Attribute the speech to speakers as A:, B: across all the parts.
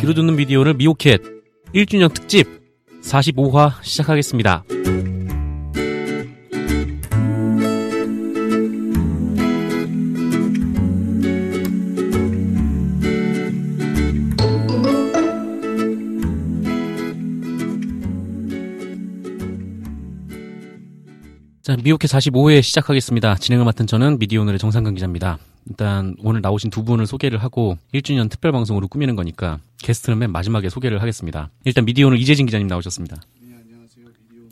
A: 귀로 듣는 비디오를 미오캣 1주년 특집 45화 시작하겠습니다. 자, 미오캣 45회 시작하겠습니다. 진행을 맡은 저는 미디오늘의 정상근 기자입니다. 일단 오늘 나오신 두 분을 소개를 하고 1주년 특별 방송으로 꾸미는 거니까 게스트는 맨 마지막에 소개를 하겠습니다. 일단 미디오늘 이재진 기자님 나오셨습니다.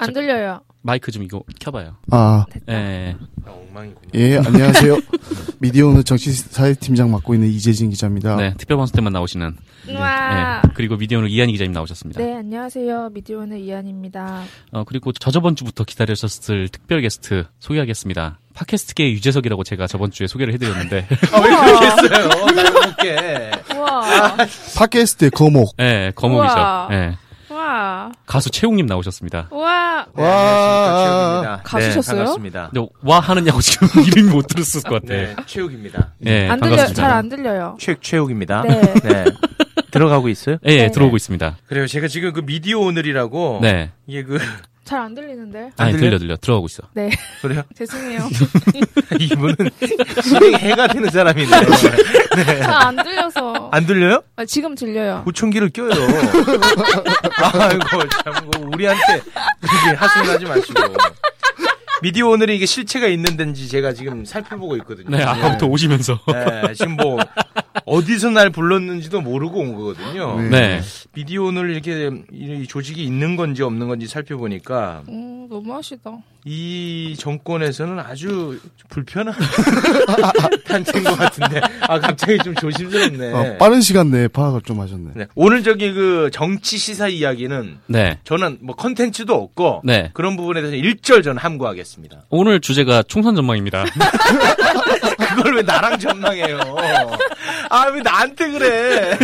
B: 안 들려요.
A: 마이크 좀 이거 켜봐요.
C: 아,
A: 예, 예.
C: 예, 안녕하세요. 미디어 오늘 정치사회팀장 맡고 있는 이재진 기자입니다.
A: 네, 특별 방송 때만 나오시는. 예.
B: 우와.
A: 그리고 미디오늘 이한희 기자님 나오셨습니다.
B: 아. 네, 안녕하세요. 미디오는 이한입니다.
A: 어, 그리고 저저번 주부터 기다리셨을 특별 게스트 소개하겠습니다. 팟캐스트계의 유재석이라고 제가 저번 주에 소개를 해드렸는데,
B: 우와.
C: 팟캐스트의 거목.
A: 예, 거목이죠.
B: 우와.
A: 예.
B: 우와.
A: 가수 채용님 나오셨습니다.
B: 우와.
D: 네,
C: 와.
D: 안녕하십니까, 최욱입니다.
B: 가수셨어요?
D: 네, 반갑습니다.
A: 근데 와 하느냐고 지금 이름이 못 들었을 것 같아.
D: 네, 최욱입니다.
A: 예,
B: 안 들려.
A: 반갑습니다.
B: 잘 안 들려요.
D: 최욱 최욱입니다.
B: 네.
D: 들어가고 있어요?
A: 예, 예,
B: 네.
A: 들어오고 있습니다.
D: 그래요. 제가 지금 그 미디어 오늘이라고
A: 네.
D: 이게 그
B: 잘 안 들리는데.
D: 안
A: 아니, 들려?
D: 들려요?
A: 들려, 들어오고 있어.
B: 네.
D: 그래요.
B: 죄송해요.
D: 이분은 진행 해가 되는 사람인데
B: 잘 안 들려서.
D: 안 들려요?
B: 아, 지금 들려요.
D: 보청기를 껴요. 아이고 참 그거 우리한테 이게 하소연하지 마시고. 미디어 오늘이 이게 실체가 있는 덴지 제가 지금 살펴보고 있거든요.
A: 네, 아까부터 오시면서.
D: 네, 지금 뭐 어디서 날 불렀는지도 모르고 온 거거든요.
A: 네.
D: 미디오늘 이렇게 이 조직이 있는 건지 없는 건지 살펴보니까
B: 음, 너무하시다.
D: 이 정권에서는 아주 불편한 단체인 것 같은데 아 갑자기 좀 조심스럽네.
C: 아,
A: 어,
C: 빠른 시간 내에 파악을 좀 하셨네.
D: 네, 오늘 저기 그 정치 시사 이야기는
A: 네.
D: 저는 뭐 컨텐츠도 없고
A: 네.
D: 그런 부분에 대해서 일절 저는 함구하겠습니다.
A: 오늘 주제가 총선 전망입니다.
D: 그걸 왜 나랑 전망해요? 아 왜 나한테 그래?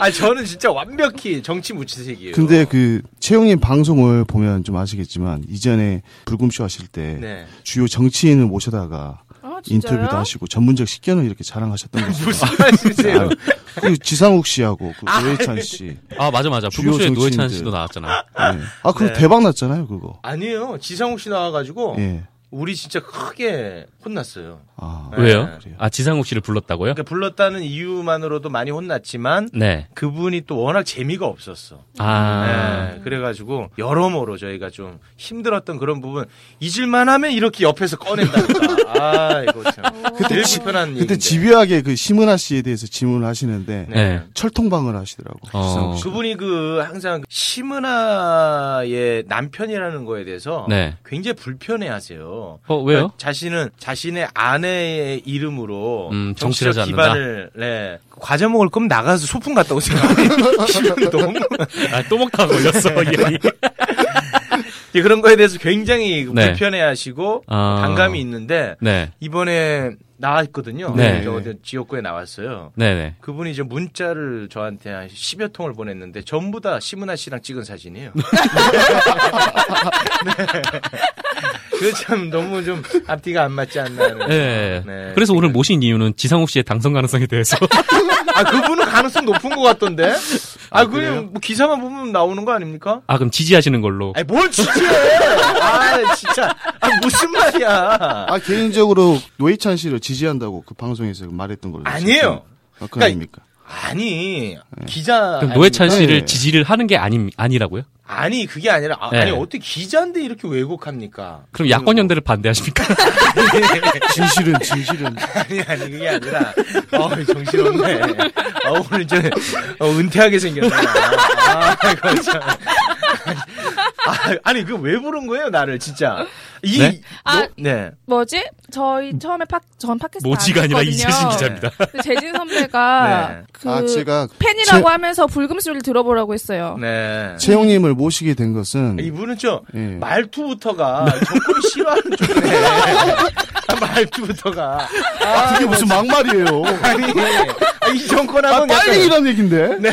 D: 아 저는 진짜 완벽히 정치 무치색이에요.
C: 근데 그, 채용님 방송을 보면 좀 아시겠지만, 이전에 불금쇼 하실 때,
D: 네.
C: 주요 정치인을 모셔다가,
B: 아, 진짜요?
C: 인터뷰도 하시고, 전문적 식견을 이렇게 자랑하셨던 거죠.
D: 무슨 말씀이세요? 네.
C: 아, 그 지상욱 씨하고, 그 노회찬 씨.
A: 아, 맞아, 맞아.
C: 주요
A: 불금쇼에 노회찬
C: 정치인들.
A: 씨도 나왔잖아.
C: 네. 아, 그거
D: 네. 어.
C: 대박 났잖아요, 그거.
D: 아니에요. 지상욱 씨 나와가지고
C: 예.
D: 우리 진짜 크게 혼났어요.
C: 아.
D: 네.
A: 왜요?
C: 그래요.
A: 아, 지상욱 씨를 불렀다고요?
D: 그러니까 불렀다는 이유만으로도 많이 혼났지만
A: 네.
D: 그분이 또 워낙 재미가 없었어.
A: 아.
D: 예, 그래가지고 여러모로 저희가 좀 힘들었던 그런 부분 잊을만 하면 이렇게 옆에서 꺼낸다니까. 아 이거 참. 제일 불편한 얘기.
C: 그때 집요하게 그 심은하 씨에 대해서 질문을 하시는데,
A: 네.
C: 철통방을 하시더라고.
A: 어.
C: 지상욱 씨.
D: 그분이 그 항상 심은아의 남편이라는 거에 대해서
A: 네.
D: 굉장히 불편해하세요. 그러니까
A: 어, 왜요?
D: 자신은 자신의 아내의 이름으로
A: 음, 정치를
D: 정치적
A: 하지
D: 기반을 네. 과자 먹을 거면 나가서 소풍 갔다 오세요. 이건 너무
A: 아, 또 먹다가 걸렸어, 얘
D: 예, 그런 거에 대해서 굉장히
A: 네.
D: 불편해하시고
A: 아.
D: 반감이 있는데
A: 네.
D: 이번에 나왔거든요.
A: 네.
D: 저 어디 지역구에 나왔어요.
A: 네네.
D: 그분이 이제 문자를 저한테 한 10여 통을 보냈는데 전부 다 심은하 씨랑 찍은 사진이에요. 네. 그참 너무 좀 앞뒤가 안 맞지 않나. 하는.
A: 네.
D: 네.
A: 그래서 오늘 모신 이유는 지상욱 씨의 당선 가능성에 대해서.
D: 아 그분은 가능성 높은 것 같던데. 아, 그냥 뭐 기사만 보면 나오는 거 아닙니까?
A: 아, 그럼 지지하시는 걸로.
D: 아니 뭘 취재해? 아 진짜. 아 무슨 말이야?
C: 아 개인적으로 노회찬 씨를 지지한다고 그 방송에서 말했던 걸로
D: 아니에요. 그러니까
C: 아, 그 아닙니까?
D: 아니 기자
A: 네. 그럼 노회찬
D: 아닙니까?
A: 씨를
C: 예.
A: 지지를 하는 게 아니, 아니라고요?
D: 아니 그게 아니라 아,
A: 네.
D: 니 어떻게 기자인데 이렇게 왜곡합니까?
A: 그럼 야권연대를 반대하십니까?
C: 진실은
D: 그
C: 진실은
D: 아니 아니 그게 아니라 어 정신없네. 어 오늘 저 어, 은퇴하게 생겼네. 아, 이거 참. 아, 아니 그 왜 부른 거예요 나를 진짜 이
A: 네?
B: 아.
D: 노- 네.
B: 뭐지? 저희 처음에 팟, 전 팟캐스트
A: 모지가
B: 안
A: 아니라
B: 듣거든요.
A: 이재진 기자입니다.
B: 근데 재진 선배가
D: 네.
B: 그
C: 아 제가
B: 팬이라고
C: 제-
B: 하면서 불금쇼를 들어보라고 했어요.
D: 네.
C: 음. 채용님을 모시게 된 것은
D: 이분은 좀
C: 예.
D: 말투부터가 정권 싫어하는 쪽이네. 말투부터가
C: 아, 그게 무슨 막말이에요.
D: 아니 아, 이 정권하고
C: 아, 빨리 이란 얘긴데.
D: 네.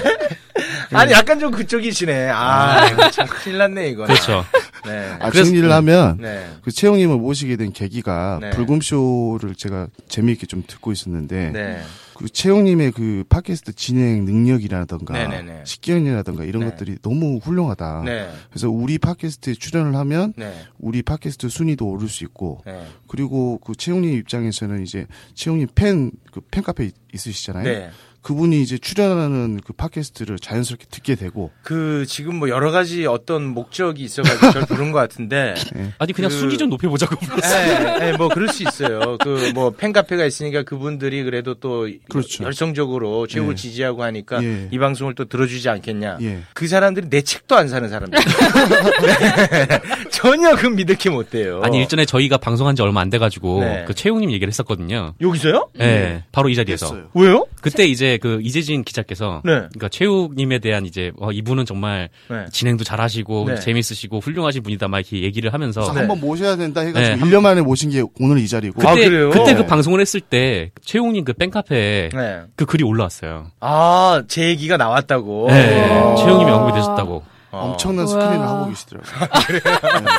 D: 아니 약간 좀 그쪽이시네. 아, 이거 참 큰일 났네 이거.
A: 그렇죠.
D: 네.
C: 아,
A: 그래서-
C: 정리를 하면
D: 네.
C: 그 채용님을 모시게 된 계기가
D: 네.
C: 불금쇼를 제가 재미있게 좀 듣고 있었는데
D: 네.
C: 그 채용님의 그 팟캐스트 진행 능력이라든가
D: 네네네.
C: 식견이라든가 이런
D: 네.
C: 것들이 너무 훌륭하다.
D: 네.
C: 그래서 우리 팟캐스트에 출연을 하면
D: 네.
C: 우리 팟캐스트 순위도 오를 수 있고
D: 네.
C: 그리고 그 채용님 입장에서는 이제 채용님 팬 그 팬카페 있- 있으시잖아요.
D: 네.
C: 그분이 이제 출연하는 그 팟캐스트를 자연스럽게 듣게 되고
D: 그 지금 뭐 여러 가지 어떤 목적이 있어가지고 저를 부른 것 같은데
A: 아니 그냥
D: 그-
A: 순위 좀 높여보자고.
C: 그렇죠.
D: 예, 예, 뭐 그럴 수 있어요. 그 뭐 팬카페가 있으니까 그분들이 그래도 또
C: 그렇죠.
D: 열성적으로 최욱을
C: 예.
D: 지지하고 하니까
C: 예.
D: 이 방송을 또 들어주지 않겠냐.
C: 예.
D: 그 사람들이 내 책도 안 사는 사람들. 전혀 그 믿을 게 못 돼요.
A: 아니 일전에 저희가 방송한 지 얼마 안 돼가지고
D: 네.
A: 그 최용님 얘기를 했었거든요.
D: 여기서요?
A: 예, 바로 이 자리에서.
C: 했어요.
D: 왜요?
A: 그때 이제 그 이재진 기자께서
D: 네.
A: 그러니까 최욱님에 대한 이제 어, 이분은 정말
D: 네.
A: 진행도 잘하시고
D: 네. 아,
A: 재밌으시고 훌륭하신 분이다 막 이렇게 얘기를 하면서
C: 그래서 한번 모셔야 된다
A: 네,
C: 해가지고
A: 한-
C: 일 1년 만에 모신 게 오늘 이 자리고
A: 그때
D: 아, 그래요?
A: 그때 그
C: 네.
A: 방송을 했을 때 최욱님 그 팬카페에
D: 네.
A: 그 글이 올라왔어요.
D: 아, 제 얘기가 나왔다고.
A: 네.
B: 와.
A: 최욱님이 언급이 되셨다고.
D: 어.
C: 엄청난
B: 와.
C: 스크린을 하고 계시더라고요.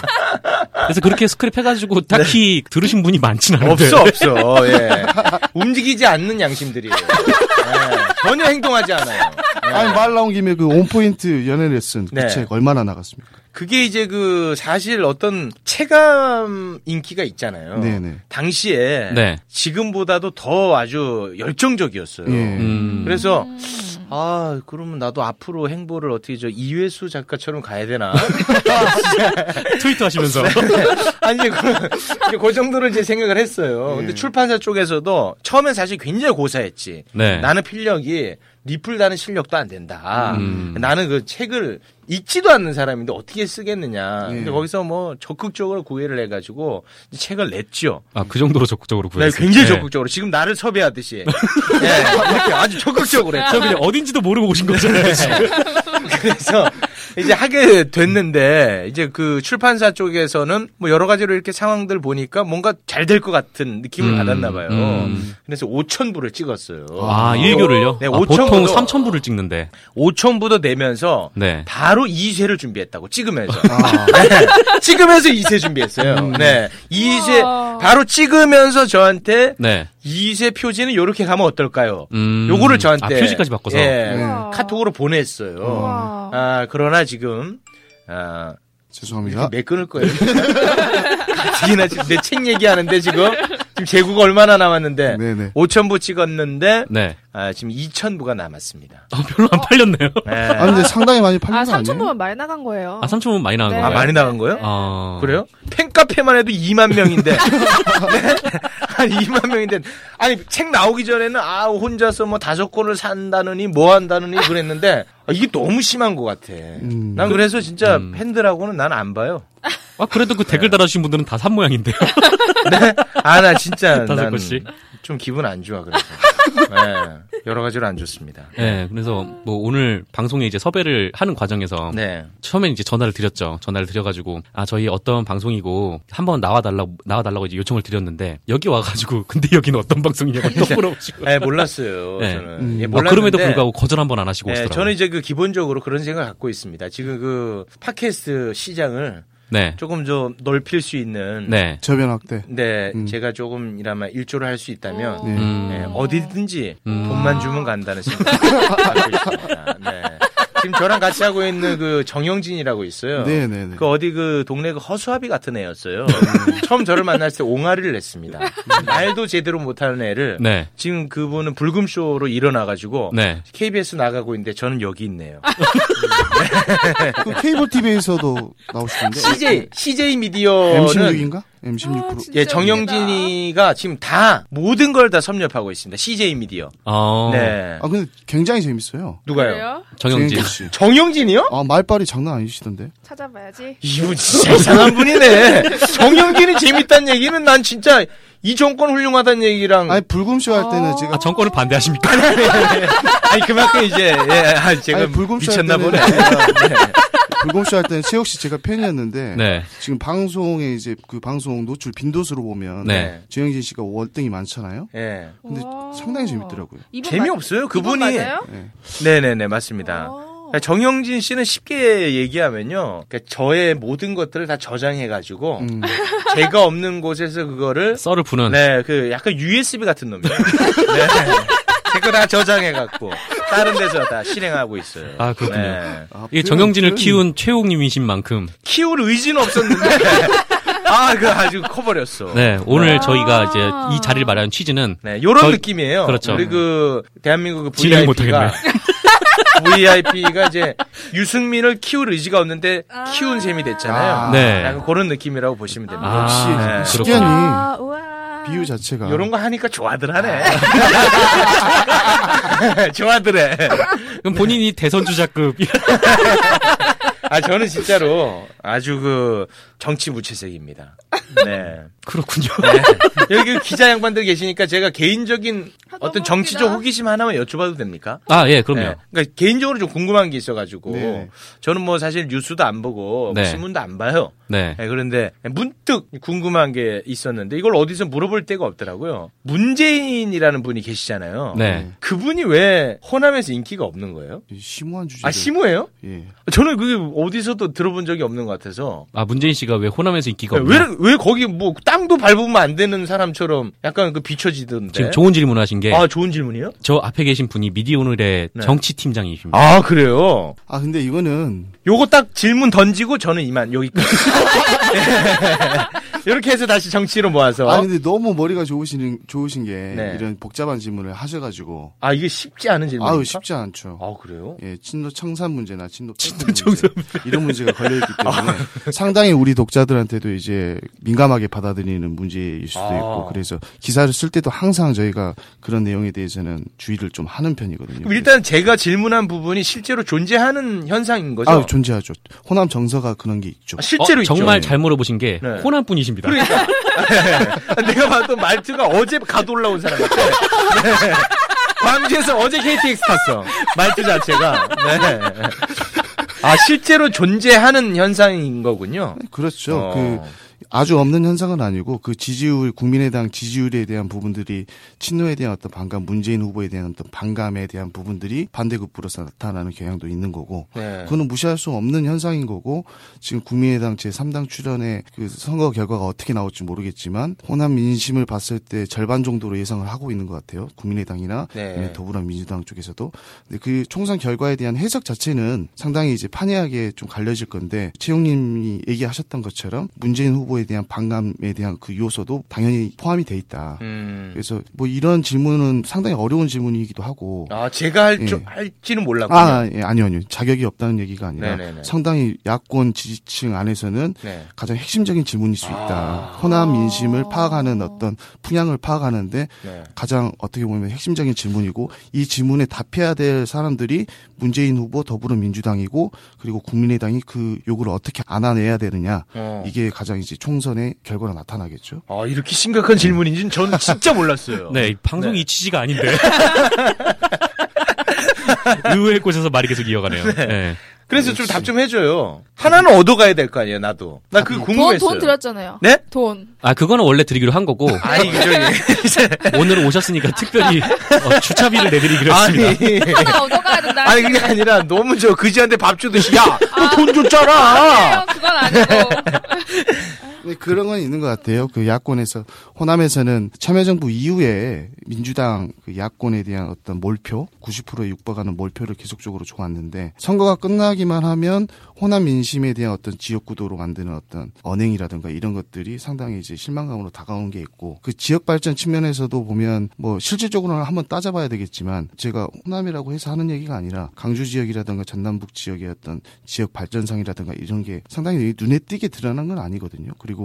A: 그래서 그렇게 스크립 해가지고 딱히 들으신 분이 많진 않은데.
D: 네. 없어, 없어. 예. 움직이지 않는 양심들이에요. 예. 전혀 행동하지 않아요. 예.
C: 아니 말 나온 김에 그 온포인트 연애 레슨
D: 네.
C: 그 책 얼마나 나갔습니까?
D: 그게 이제 그 사실 어떤 체감 인기가 있잖아요.
C: 네네.
D: 당시에
A: 네.
D: 지금보다도 더 아주 열정적이었어요.
C: 예.
A: 음.
D: 그래서 아 그러면 나도 앞으로 행보를 어떻게 저 이회수 작가처럼 가야 되나?
A: 트위터 하시면서.
D: 아니 그, 이제 그 정도로 이제 생각을 했어요. 근데
C: 예.
D: 출판사 쪽에서도 처음엔 사실 굉장히 고사했지.
A: 네.
D: 나는 필력이 리플 다는 실력도 안 된다.
A: 음.
D: 나는 그 책을 읽지도 않는 사람인데 어떻게 쓰겠느냐. 근데
C: 예.
D: 거기서 뭐 적극적으로 구애를 해가지고 이제 책을 냈죠.
A: 아, 그 정도로 적극적으로
D: 네,
A: 구했어요.
D: 굉장히 적극적으로 지금 나를 섭외하듯이 네, 이렇게 아주 적극적으로
A: 저
D: 했죠.
A: 그냥 네, 어딘지도 모르고 오신 거잖아요. 지금.
D: 그래서 이제 하게 됐는데 이제 그 출판사 쪽에서는 뭐 여러 가지로 이렇게 상황들 보니까 뭔가 잘 될 것 같은 느낌을
A: 음,
D: 받았나 봐요.
A: 음.
D: 그래서 5천 부를 찍었어요.
A: 아, 일교를요?
D: 네,
A: 아,
D: 5천
A: 보통
D: 부도
A: 3천 부를 찍는데.
D: 5천 부도 내면서
A: 네.
D: 바로 2세를 준비했다고 찍으면서
C: 아,
D: 네, 찍으면서 2세
A: 음,
D: 준비했어요. 네, 2세
B: 우와.
D: 바로 찍으면서 저한테
A: 네.
D: 2세 표지는 이렇게 가면 어떨까요?
A: 음.
D: 요거를 저한테
A: 아, 표지까지 바꿔서.
D: 예,
C: 네.
B: 우와.
D: 카톡으로 보냈어요.
B: 우와.
D: 아 그러나 지금 아,
C: 죄송합니다.
D: 매 끊을 거예요. 가뜩이나 지금 내 책 얘기하는데 지금 지금 재고가 얼마나 남았는데
C: 네네.
D: 5천 부 찍었는데
A: 네.
D: 아, 지금 2천 부가 남았습니다.
A: 아, 별로 안 팔렸네요.
D: 예.
C: 아 근데 상당히 많이
B: 아,
C: 팔린 거 아니에요?
B: 3,000번만 많이 나간 거예요.
A: 아, 3천 부 많이 나간
B: 네.
D: 아
A: 거예요.
D: 많이 나간 거예요?
A: 어.
D: 그래요? 팬카페만 해도 2만 명인데. 네? 아니, 2만 명인데. 아니, 책 나오기 전에는, 아, 혼자서 뭐 다섯 권을 산다느니, 뭐 한다느니 그랬는데, 아, 이게 너무 심한 것 같아.
C: 음.
D: 난 그래서 진짜 팬들하고는 난 안 봐요.
A: 아, 그래도 그 댓글 달아주신 분들은 다 산 모양인데요.
D: 네? 아, 나 진짜.
A: 다섯
D: 난
A: 권씩.
D: 좀 기분 안 좋아, 그래서. 네, 여러 가지로 안 좋습니다.
A: 네, 그래서 뭐 오늘 방송에 이제 섭외를 하는 과정에서
D: 네.
A: 처음엔 이제 전화를 드렸죠. 전화를 드려가지고 아 저희 어떤 방송이고 한번 나와달라고 나와달라고 이제 요청을 드렸는데 여기 와가지고 근데 여기는 어떤 방송이냐고 또 물어보시고.
D: 네, 몰랐어요.
A: 네.
D: 저는.
C: 음.
D: 예,
A: 아, 그럼에도
D: 몰랐는데
A: 불구하고 거절 한 번 안 하시고
D: 네,
A: 오시더라고요.
D: 저는 이제 그 기본적으로 그런 생각을 갖고 있습니다. 지금 그 팟캐스트 시장을
A: 네,
D: 조금 좀 넓힐 수 있는 네,
A: 네,
C: 저변 확대. 음.
D: 제가 조금이라마 일조를 할 수 있다면
B: 어.
C: 네.
A: 음.
D: 네, 어디든지
A: 음.
D: 돈만 주면 간다는 생각 갖고 있습니다. 네. 지금 저랑 같이 하고 있는 그 정영진이라고 있어요.
C: 네네네.
D: 그 어디 그 동네 그 허수아비 같은 애였어요. 처음 저를 만났을 때 옹알이를 냈습니다. 말도 제대로 못하는 애를
A: 네,
D: 지금 그분은 불금쇼로 일어나가지고
A: 네.
D: KBS 나가고 있는데 저는 여기 있네요.
C: 그 케이블 TV에서도 나오시던데.
D: CJ 예, CJ 미디어는
C: M16인가? M16
B: 아,
C: 프로.
B: 진짜
D: 예, 정영진이가 지금 다 모든 걸 다 섭렵하고 있습니다. CJ 미디어.
A: 어,
D: 네.
C: 아 근데 굉장히 재밌어요.
D: 누가요?
B: 그래요?
A: 정영진.
C: 정영진 씨.
D: 정영진이요?
C: 아 말빨이 장난 아니시던데.
B: 찾아봐야지.
D: 이분
C: 어.
D: 진짜 이상한 분이네. 정영진이 재밌다는 얘기는 난 진짜 이 정권 훌륭하다는 얘기랑
C: 아니 불금쇼 할 때는 제가
A: 아 정권을 반대하십니까?
D: 아니 그만큼 이제 예, 아, 제가
C: 아니, 불금쇼 할
D: 미쳤나 보네.
C: 때는 제가- 불금쇼 할 때는 최혁 씨 제가 팬이었는데
A: 네,
C: 지금 방송에 이제 그 방송 노출 빈도수로 보면
A: 네.
C: 정영진 씨가 월등히 많잖아요.
D: 예.
C: 근데
B: 우와.
C: 상당히 재밌더라고요.
B: 이분 맞-
D: 재미없어요.
B: 이분
D: 그분이
B: 맞아요? 어.
D: 네네네 맞습니다.
B: 오.
D: 그러니까 정영진 씨는 쉽게 얘기하면요, 그러니까 저의 모든 것들을 다 저장해가지고
C: 음.
D: 제가 없는 곳에서 그거를
A: 썰을 푸는.
D: 네, 그 약간 USB 같은 놈이에요. 네. 그거 다 저장해갖고 다른 데서 다 실행하고 있어요.
A: 아, 그렇군요. 그
D: 네.
C: 아,
A: 이 정영진을
C: 표현-
A: 키운 최욱님이신 만큼
D: 키울 의지는 없었는데 아 그 아주 커버렸어.
A: 네 오늘
B: 아.
A: 저희가 이제 이 자리를 마련한 취지는
D: 네, 요런
A: 저희-
D: 느낌이에요.
A: 그렇죠.
D: 우리 그 대한민국 그
A: 진행
D: VIP가 VIP가 이제 유승민을 키울 의지가 없는데 키운 셈이
C: 아.
D: 됐잖아요.
A: 네.
D: 약간 그런 느낌이라고 보시면 됩니다.
A: 아,
C: 역시
A: 네.
C: 식견이
B: 아, 우와.
C: 음. 비유 자체가
D: 요런 거 하니까 좋아들 하네. 좋아들 해.
A: 그럼
D: 네.
A: 본인이 대선 주자급
D: 아, 저는 진짜로 아주 그 정치 무채색입니다. 네.
A: 그렇군요.
D: 네. 여기 기자 양반들 계시니까 제가 개인적인
B: 아, 너무
D: 어떤 정치적
B: 웃기다.
D: 호기심 하나만 여쭤봐도 됩니까?
A: 아 예 그럼요.
D: 네. 그러니까 개인적으로 좀 궁금한 게 있어가지고
C: 네.
D: 저는 뭐 사실 뉴스도 안 보고 뭐
A: 네.
D: 신문도 안 봐요.
A: 네.
D: 네, 그런데 문득 궁금한 게 있었는데 이걸 어디서 물어볼 데가 없더라고요. 문재인이라는 분이 계시잖아요.
A: 네.
D: 그분이 왜 호남에서 인기가 없는 거예요?
C: 심오한 주제.
D: 아 심오해요?
C: 예.
D: 저는 그게 어디서도 들어본 적이 없는 것 같아서
A: 아 문재인 씨가 왜 호남에서 인기가 없나?
D: 네, 왜 왜 거기 뭐 땅도 밟으면 안 되는 사람처럼 약간 그 비춰지던데.
A: 지금 좋은 질문하신 게 음. 저
D: 아 좋은 질문이요?
A: 앞에 계신 분이 미디어 오늘의
D: 네.
A: 정치 팀장이십니다.
D: 아 그래요.
C: 아 근데 이거는
D: 요거 딱 질문 던지고 저는 이만 여기까지. 이렇게 해서 다시 정치로 모아서.
C: 아 근데 너무 머리가 좋으신 좋으신 게
D: 네.
C: 이런 복잡한 질문을 하셔가지고
D: 아 이게 쉽지 않은 질문.
C: 아우 쉽지 않죠.
D: 아 그래요?
C: 예, 친노 청산 문제나 친노 친노 청산 문제, 이런 문제가 걸려있기
D: 아.
C: 때문에 상당히 우리 독자들한테도 이제 민감하게 받아들이는 문제일 수도
D: 아.
C: 있고 그래서 기사를 쓸 때도 항상 저희가 그런 내용에 대해서는 주의를 좀 하는 편이거든요.
D: 그럼 일단 제가 질문한 부분이 실제로 존재하는 현상인 거죠?
C: 아 존재하죠. 호남 정서가 그런 게 있죠.
D: 아, 실제로
A: 어,
D: 있죠.
A: 정말 잘 물어보신 게
D: 네.
A: 호남 분이십니다.
D: 그러니까 네. 내가 봐도 말투가 어제 가도 올라온 사람 같아. 네. 광주에서 어제 KTX 탔어. 말투 자체가. 네. 아 실제로 존재하는 현상인 거군요.
C: 네, 그렇죠.
D: 어.
C: 그 아주 없는 현상은 아니고 그 지지율 국민의당 지지율에 대한 부분들이 친노에 대한 어떤 반감, 문재인 후보에 대한 어떤 반감에 대한 부분들이 반대급부로서 나타나는 경향도 있는 거고
D: 네.
C: 그거는 무시할 수 없는 현상인 거고 지금 국민의당 제 3당 출연의 그 선거 결과가 어떻게 나올지 모르겠지만 호남 민심을 봤을 때 절반 정도로 예상을 하고 있는 것 같아요. 국민의당이나
D: 네.
C: 아니면 더불어민주당 쪽에서도 근데 그 총선 결과에 대한 해석 자체는 상당히 이제 판이하게 좀 갈려질 건데 최용님이 얘기하셨던 것처럼 문재인 후보에 대한 반감에 대한 그 요소도 당연히 포함이 돼 있다.
D: 음.
C: 그래서 뭐 이런 질문은 상당히 어려운 질문이기도 하고
D: 아 제가 할 줄
C: 예.
D: 할지는 몰랐군요.
C: 아, 예, 아니요, 아니요. 자격이 없다는 얘기가 아니라
D: 네네네.
C: 상당히 야권 지지층 안에서는
D: 네.
C: 가장 핵심적인 질문일 수 있다.
D: 아.
C: 호남 민심을 파악하는 어떤 풍향을 파악하는데
D: 네.
C: 가장 어떻게 보면 핵심적인 질문이고 이 질문에 답해야 될 사람들이 문재인 후보, 더불어민주당이고 그리고 국민의당이 그 욕을 어떻게 안아내야 되느냐
D: 어.
C: 이게 가장 이제 총선의 결과로 나타나겠죠.
D: 아 이렇게 심각한 질문인지는 저는 진짜 몰랐어요.
A: 네, 방송
D: 네.
A: 이 취지가 아닌데. 의외의 곳에서 말이 계속 이어가네요. 네.
D: 그래서 좀 답 좀 해줘요. 하나는 얻어가야 될 거 아니에요, 나도. 나 그거
B: 돈,
D: 궁금했어요.
B: 돈 드렸잖아요.
D: 네?
B: 돈.
A: 아, 그거는 원래 드리기로 한 거고,
D: 아니 그죠 이제
A: 오늘 오셨으니까 특별히 어, 주차비를 내드리기로 했습니다.
D: 아니
B: 하나 얻어가야 된다.
D: 아니 그게 아니라 너무 저 그지한테 밥 주듯이 야너 돈 아. 줬잖아.
B: 아니에요, 그건 아니고.
C: 근데 네, 그런 건 있는 것 같아요. 그 야권에서 호남에서는 참여정부 이후에 민주당 그 야권에 대한 어떤 몰표 90%에 육박하는 몰표를 계속적으로 줘왔는데 선거가 끝나기만 하면 호남 민심에 대한 어떤 지역구도로 만드는 어떤 언행이라든가 이런 것들이 상당히 이제 실망감으로 다가오는 게 있고 그 지역 발전 측면에서도 보면 뭐 실질적으로는 한번 따져봐야 되겠지만 제가 호남이라고 해서 하는 얘기가 아니라 강주 지역이라든가 전남북 지역의 어떤 지역 발전상이라든가 이런 게 상당히 눈에 띄게 드러난 건 아니거든요. 그리고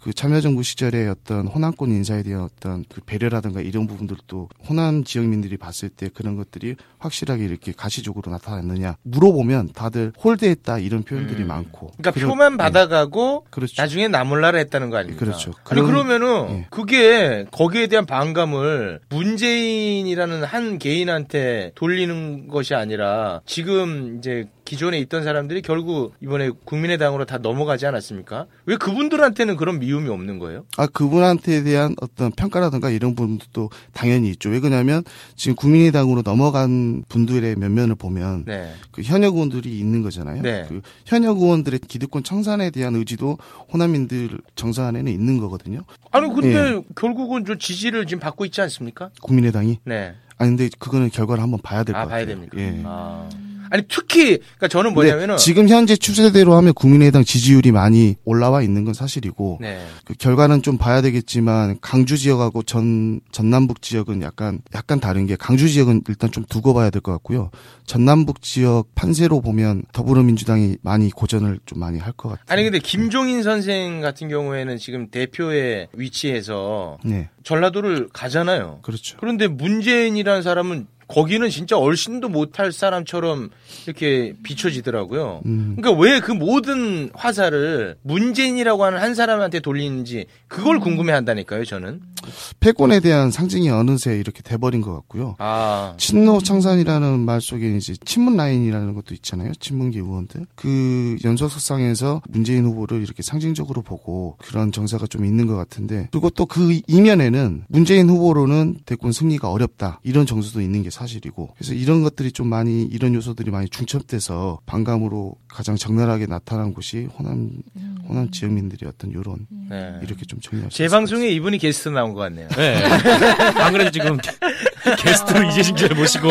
C: 그 참여정부 시절에 어떤 호남권 인사에 대한 어떤 그 배려라든가 이런 부분들도 호남 지역민들이 봤을 때 그런 것들이 확실하게 이렇게 가시적으로 나타났느냐 물어보면 다들 홀대했다 이런 표현들이
D: 음.
C: 많고
D: 그러니까
C: 그런-
D: 표만
C: 예,
D: 받아가고
C: 그렇죠.
D: 나중에 나몰라라 했다는 거 아닙니까?
C: 그렇죠.
D: 아니
C: 그런-
D: 그러면은
C: 예.
D: 그게 거기에 대한 반감을 문재인이라는 한 개인한테 돌리는 것이 아니라 지금 이제 기존에 있던 사람들이 결국 이번에 국민의당으로 다 넘어가지 않았습니까? 왜 그분들한테는 그런 미움이 없는 거예요?
C: 아 그분한테 대한 어떤 평가라든가 이런 부분도 당연히 있죠. 왜 그러냐면 지금 국민의당으로 넘어간 분들의 면면을 보면
D: 네.
C: 그 현역 의원들이 있는 거잖아요.
D: 네.
C: 그 현역 의원들의 기득권 청산에 대한 의지도 호남인들 정서안에는 있는 거거든요.
D: 아니 근데
C: 예.
D: 결국은 좀 지지를 지금 받고 있지 않습니까?
C: 국민의당이.
D: 네.
C: 아 근데 그거는 결과를 한번 봐야 될 것
D: 아
C: 같아요.
D: 봐야 됩니까?
C: 예.
D: 아. 아니 특히 그러니까 저는
C: 근데
D: 뭐냐면은
C: 지금 현재 추세대로 하면 국민의당 지지율이 많이 올라와 있는 건 사실이고
D: 네.
C: 그 결과는 좀 봐야 되겠지만 강주 지역하고 전 전남북 지역은 약간 약간 다른 게 강주 지역은 일단 좀 두고 봐야 될 것 같고요. 전남북 지역 판세로 보면 더불어민주당이 많이 고전을 좀 많이 할 것 같아요.
D: 아니 근데 김종인 선생 같은 경우에는 지금 대표의 위치에서
C: 네
D: 전라도를 가잖아요.
C: 그렇죠.
D: 그런데 문재인이라는 사람은 거기는 진짜 얼씬도 못할 사람처럼 이렇게 비춰지더라고요.
C: 음.
D: 그러니까 왜 그 모든 화살을 문재인이라고 하는 한 사람한테 돌리는지 그걸 궁금해한다니까요, 저는.
C: 패권에 대한 상징이 어느새 이렇게 돼버린 것 같고요.
D: 아,
C: 친노 창산이라는 말 속에 이제 친문 라인이라는 것도 있잖아요. 친문계 의원들. 그 연속석상에서 문재인 후보를 이렇게 상징적으로 보고 그런 정서가 좀 있는 것 같은데 그리고 또 그 이면에는 문재인 후보로는 대권 승리가 어렵다. 이런 정서도 있는 게 사실이고 그래서 이런 것들이 좀 많이 이런 요소들이 많이 중첩돼서 반감으로 가장 적나라하게 나타난 곳이 호남 호남 지역민들의 어떤 요런
D: 네.
C: 이렇게 좀 정리할 수
D: 제 방송에 이분이 게스트 나온 것 같네요.
A: 네. 안 그래도 지금 게스트로 이재신 기자를 모시고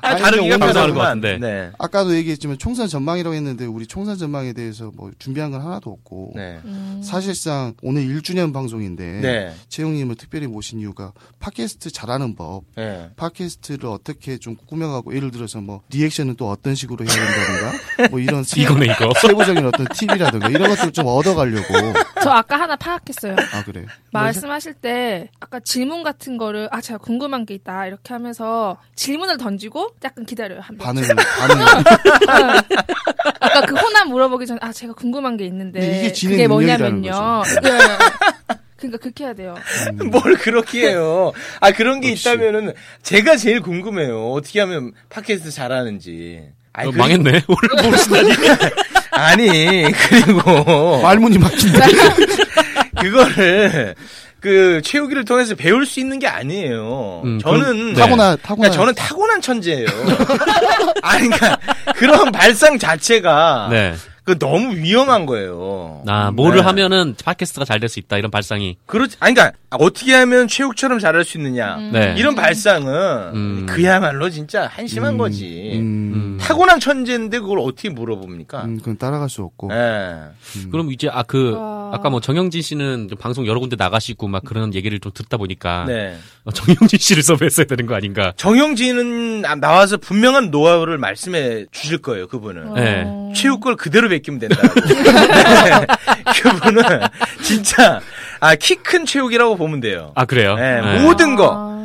D: 아,
C: 아니,
D: 다른
C: 근데
D: 기가
C: 오늘-
A: 감사하는 것
D: 다르구만.
A: 같은데.
D: 네.
C: 아까도 얘기했지만 총선 전망이라고 했는데 우리 총선 전망에 대해서 뭐 준비한 건 하나도 없고
D: 네.
C: 사실상 오늘 1주년 방송인데
D: 네.
C: 채용님을 특별히 모신 이유가 팟캐스트 잘하는 법
D: 네.
C: 팟캐스트를 어떻게 좀 꾸며가고 예를 들어서 뭐 리액션은 또 어떤 식으로 해야 된다든가 뭐 이런 세-
A: 이거네 이거.
C: 세부적인 어떤 팁이라든가 이런 것들을 좀 얻어가려고
B: 저 아까 하나 파악했어요.
C: 아 그래
B: 말씀하실 때 아까 질문 같은 거를 아 제가 궁금한 게 있다 이렇게 하면서 질문을 던지고 약간 기다려요 한 번.
C: 반응 반응
B: 아까 그 호남 물어보기 전에 아 제가 궁금한 게
C: 근데
B: 있는데
C: 네, 이게 진행
B: 그게
C: 능력이라는
B: 뭐냐면요. 예. 그러니까 그렇게 해야 돼요.
A: 음.
D: 뭘 그렇게 해요. 아, 그런 게
C: 역시.
D: 있다면은 제가 제일 궁금해요. 어떻게 하면 팟캐스트 잘하는지. 아니,
A: 어,
D: 그리고-
A: 망했네. 오늘 모르신다니.
D: 아니, 그리고.
C: 말문이 막힌다
D: 그거를 그 채우기를 통해서 배울 수 있는 게 아니에요.
A: 음,
D: 저는
A: 그럼- 네.
C: 타고나 타고나
D: 그러니까 저는 타고난 천재예요. 아니 그러니까 그런 발상 자체가
A: 네.
D: 그 너무 위험한 거예요.
A: 나 뭐를
D: 네.
A: 하면은 팟캐스트가 잘 될 수 있다 이런 발상이.
D: 그렇지. 아니 그러니까 어떻게 하면 최욱처럼 잘할 수 있느냐.
B: 음.
A: 네.
D: 이런 발상은
A: 음.
D: 그야말로 진짜 한심한 거지.
C: 음,
A: 음.
D: 타고난 천재인데 그걸 어떻게 물어봅니까?
C: 음, 그건 따라갈 수 없고
D: 예.
A: 그럼 이제 아 그
B: 와.
A: 아까 뭐 정영진 씨는 좀 방송 여러 군데 나가시고 막 그런 얘기를 좀 듣다 보니까
D: 네.
A: 어, 정영진 씨를 섭외했어야 되는 거 아닌가.
D: 정영진은 나와서 분명한 노하우를 말씀해 주실 거예요. 그분은.
A: 네.
B: 어.
D: 체육 걸 그대로 베끼면 된다. 네. 그분은 진짜 아 키 큰 체육이라고 보면 돼요.
A: 아 그래요.
D: 네,
A: 네.
D: 뭐- 모든 거.
B: 아.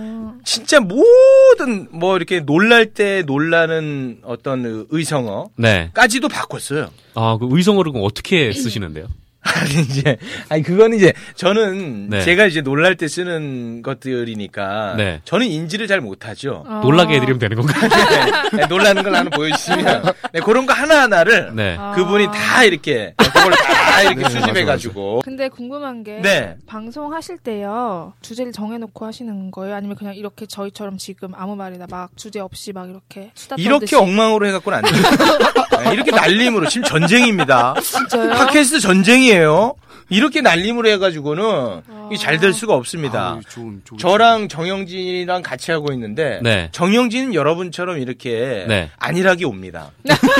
D: 진짜 모든 뭐 이렇게 놀랄 때 놀라는 어떤 의성어까지도
A: 네.
D: 바꿨어요.
A: 아, 그 의성어를 그럼 어떻게 쓰시는데요?
D: 아니 이제 아니 그건 이제 저는
A: 네.
D: 제가 이제 놀랄 때 쓰는 것들이니까
A: 네.
D: 저는 인지를 잘 못하죠.
B: 아.
A: 놀라게 해드리면 되는 건가요?
D: 네, 네, 놀라는 걸 나는 보여주시면 네, 그런 거 하나 하나를
A: 네.
B: 아.
D: 그분이 다 이렇게 그걸 다 이렇게
C: 네,
D: 수집해 가지고
B: 근데 궁금한 게
D: 네.
B: 방송하실 때요 주제를 정해놓고 하시는 거예요? 아니면 그냥 이렇게 저희처럼 지금 아무 말이나 막 주제 없이 막 이렇게 수다
D: 이렇게
B: 떨듯이?
D: 엉망으로 해갖고는 안 돼요. 네, 이렇게 날림으로 지금 전쟁입니다.
B: 진짜요?
D: 팟캐스트 전쟁이에요. 이렇게 날림으로 해가지고는
B: 아.
D: 잘 될 수가 없습니다.
C: 아우, 좋은, 좋은-
D: 저랑 네. 정영진이랑 같이 하고 있는데
A: 네.
D: 정영진은 여러분처럼 이렇게
A: 네.
D: 안일하게 옵니다.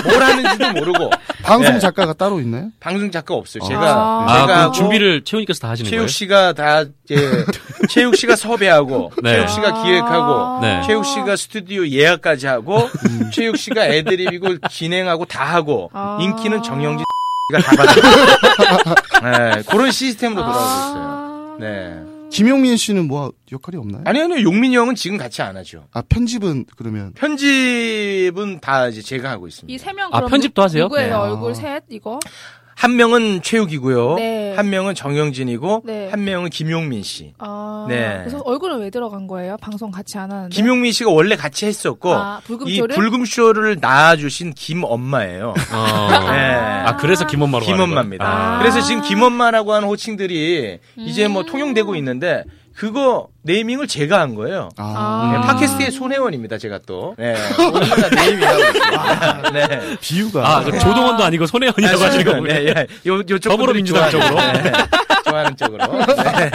D: 뭘 하는지도 모르고
C: 방송
D: 네.
C: 작가가 따로 있나요?
D: 방송 작가 없어요.
C: 아.
D: 제가 뭐
A: 아,
D: 제가
A: 그럼
D: 하고
A: 준비를 채우님께서 다 하시는 거예요?
D: 최욱 씨가 다 이제 최욱 씨가 섭외하고
A: 네.
D: 최욱
B: 아.
D: 씨가 기획하고
A: 네.
D: 최욱 씨가 스튜디오 예약까지 하고
A: 음.
D: 최욱 씨가 애드립이고 진행하고 다 하고
B: 아.
D: 인기는 정영진 씨가 다 받아요. 네, 그런 시스템으로 돌아가고 있어요.
B: 아.
D: 네.
C: 김용민 씨는 뭐 역할이 없나요?
D: 아니 아니요 용민이 형은 지금 같이 안 하죠.
C: 아 편집은 그러면
D: 편집은 다 이제 제가 하고 있습니다.
B: 이세명
A: 아, 편집도 하세요?
B: 누구예요?
A: 네.
B: 얼굴 셋 이거?
D: 한 명은 최욱이고요.
B: 네.
D: 어? 한 명은 정영진이고
B: 네.
D: 한 명은 김용민 씨.
B: 아,
D: 네.
B: 그래서 얼굴은 왜 들어간 거예요? 방송 같이 안 하는데.
D: 김용민 씨가 원래 같이 했었고
B: 네. 아,
D: 이
B: 불금쇼를
D: 불금쇼를 낳아주신 김엄마예요.
A: 어.
D: 네.
A: 아, 그래서 김엄마로
D: 김엄마입니다.
B: 아.
D: 그래서 지금 김엄마라고 하는 호칭들이 이제 뭐
B: 음.
D: 통용되고 있는데 그거 네이밍을 제가 한 거예요.
C: 아,
D: 네,
B: 아.
D: 팟캐스트의 손혜원입니다, 제가 또. 네. 오늘 다 네이밍하고 있습니다. 네.
C: 아, 비유가
A: 아, 그럼 조동원도 아니고 손혜원이라고 하시는 거군요.
D: 네, 예. 요, 요쪽
A: 더불어민주당
D: 분들이 좋아하는, 네, 좋아하는 쪽으로. 네.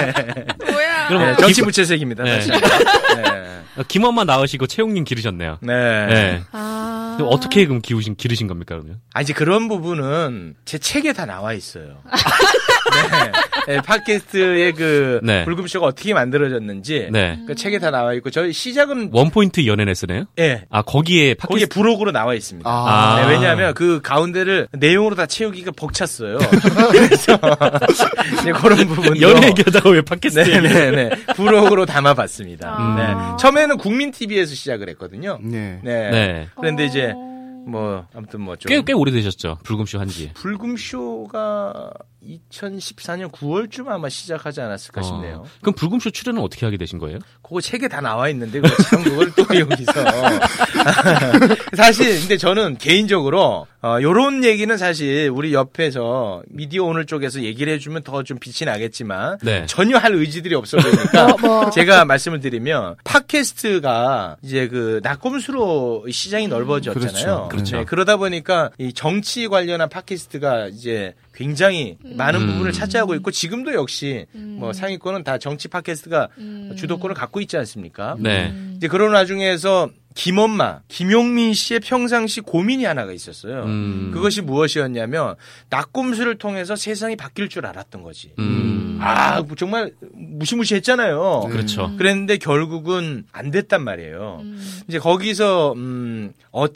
B: 뭐야?
A: 그럼-
D: 네, 정치부채색입니다.
A: 네.
D: 사실. 네.
A: 아, 김엄마 나으시고 채용님 기르셨네요.
D: 네.
A: 네.
B: 아.
A: 그럼 어떻게 그럼 기우신 기르신 겁니까 그러면?
D: 아, 이제 그런 부분은 제 책에 다 나와 있어요. 네. 네, 팟캐스트의 그
A: 네.
D: 불금쇼가 어떻게 만들어졌는지
A: 네.
D: 그 책에 다 나와 있고 저희 시작은
A: 원 포인트 연애네 쓰네요.
D: 예
A: 아 거기에 팟캐스트
D: 거기에 부록으로 나와 있습니다.
C: 아.
D: 네, 왜냐하면 그 가운데를 내용으로 다 채우기가 벅찼어요. 그래서 이제 그런 부분도
A: 연애 얘기하다가 왜 팟캐스트 얘기?
D: 네네네 부록으로 담아봤습니다.
B: 아.
D: 네. 처음에는 국민 TV에서 시작을 했거든요.
C: 네.
D: 네.
A: 네.
D: 그런데 이제
B: 어.
D: 뭐 아무튼 뭐좀
A: 꽤 꽤 오래되셨죠 불금쇼 한지.
D: 불금쇼가 2014년 9월쯤 아마 시작하지 않았을까
A: 어.
D: 싶네요.
A: 그럼 불금쇼 출연은 어떻게 하게 되신 거예요?
D: 그거 책에 다 나와 있는데 그거 참 그걸 또 여기서 사실 근데 저는 개인적으로 어 요런 얘기는 사실 우리 옆에서 미디어 오늘 쪽에서 얘기를 해주면 더 좀 빛이 나겠지만
A: 네.
D: 전혀 할 의지들이 없어 보니까
B: 뭐, 뭐.
D: 제가 말씀을 드리면 팟캐스트가 이제 그 낙곰수로 시장이 넓어졌잖아요.
C: 그렇죠. 그렇죠.
D: 네, 그러다 보니까 이 정치 관련한 팟캐스트가 이제 굉장히 많은
A: 음.
D: 부분을 차지하고 있고 지금도 역시
B: 음.
D: 뭐 상위권은 다 정치 팟캐스트가
B: 음.
D: 주도권을 음. 갖고 있지 않습니까?
A: 네.
D: 이제 그런 와중에서 김엄마, 김용민 씨의 평상시 고민이 하나가 있었어요.
A: 음.
D: 그것이 무엇이었냐면 낙곰수를 통해서 세상이 바뀔 줄 알았던 거지.
A: 음.
D: 아 정말 무시무시했잖아요.
C: 네.
A: 그렇죠.
D: 그랬는데 결국은 안 됐단 말이에요.
B: 음.
D: 이제 거기서 음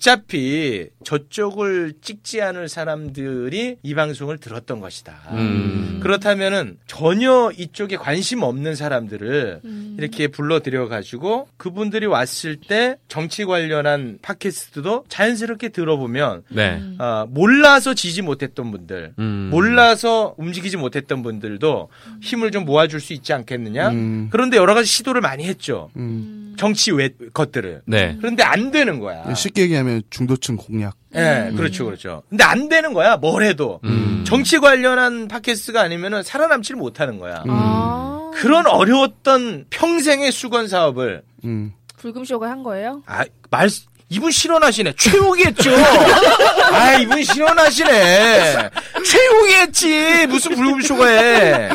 D: 어차피 저쪽을 찍지 않을 사람들이 이 방송을 들었던 것이다.
A: 음.
D: 그렇다면은 전혀 이쪽에 관심 없는 사람들을
B: 음.
D: 이렇게 불러들여 가지고 그분들이 왔을 때 정치 관련한 팟캐스트도 자연스럽게 들어보면
A: 네.
D: 아, 몰라서 지지 못했던 분들,
A: 음.
D: 몰라서 움직이지 못했던 분들도 힘을 좀 모아줄 수 있지 않겠느냐.
C: 음.
D: 그런데 여러 가지 시도를 많이 했죠.
C: 음.
D: 정치 외 것들을.
A: 네.
D: 그런데 안 되는 거야.
C: 쉽게 얘기하면 중도층 공략.
D: 예, 그렇죠, 그렇죠. 근데 안 되는 거야. 뭘 해도
A: 음.
D: 정치 관련한 팟캐스트가 아니면은 살아남지를 못하는 거야.
C: 음.
B: 아.
D: 그런 어려웠던 평생의 수건 사업을
C: 음.
B: 불금쇼가 한 거예요?
D: 아말 이분 실현하시네. 최욱이겠죠. 아 이분 실현하시네. 최욱이겠지. 무슨 불금쇼가해.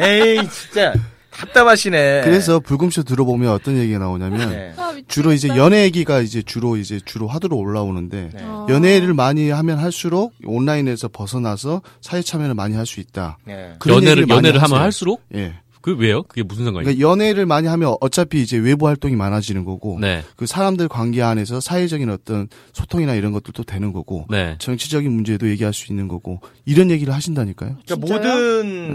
D: 에이 진짜 답답하시네.
C: 그래서 불금쇼 들어보면 어떤 얘기가 나오냐면
D: 네.
B: 아, 미치겠다.
C: 주로 이제 연애 얘기가 이제 주로 이제 주로 화두로 올라오는데
D: 네.
B: 어.
C: 연애를 많이 하면 할수록 온라인에서 벗어나서 사회 참여를 많이 할 수 있다.
D: 네.
C: 그런
A: 연애를
C: 얘기를 많이
A: 연애를 하면
C: 하세요.
A: 할수록
C: 예.
A: 그 왜요? 그게 무슨 상관이에요?
C: 그러니까 연애를 많이 하면 어차피 이제 외부 활동이 많아지는 거고
A: 네.
C: 그 사람들 관계 안에서 사회적인 어떤 소통이나 이런 것들도 되는 거고
A: 네.
C: 정치적인 문제도 얘기할 수 있는 거고 이런 얘기를 하신다니까요.
D: 그러니까
B: 진짜요? 네.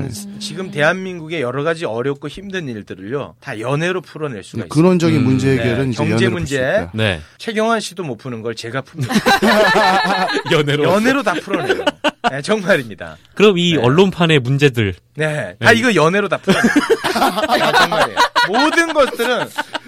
D: 모든 지금 대한민국의 여러 가지 어렵고 힘든 일들을요 다 연애로 풀어낼 수가 있어요.
C: 근원적인
A: 음,
C: 문제
D: 네.
C: 해결은 이제
D: 경제
C: 연애로 풀
D: 문제.
C: 수 있다.
A: 네.
D: 최경환 씨도 못 푸는 걸 제가 풉니다.
A: 연애로.
D: 연애로 다 풀어내요. 네, 정말입니다.
A: 그럼 이
D: 네.
A: 언론판의 문제들.
D: 네, 다 이거 연애로 다 풀어내요. 네, 정말이에요. 모든 것들은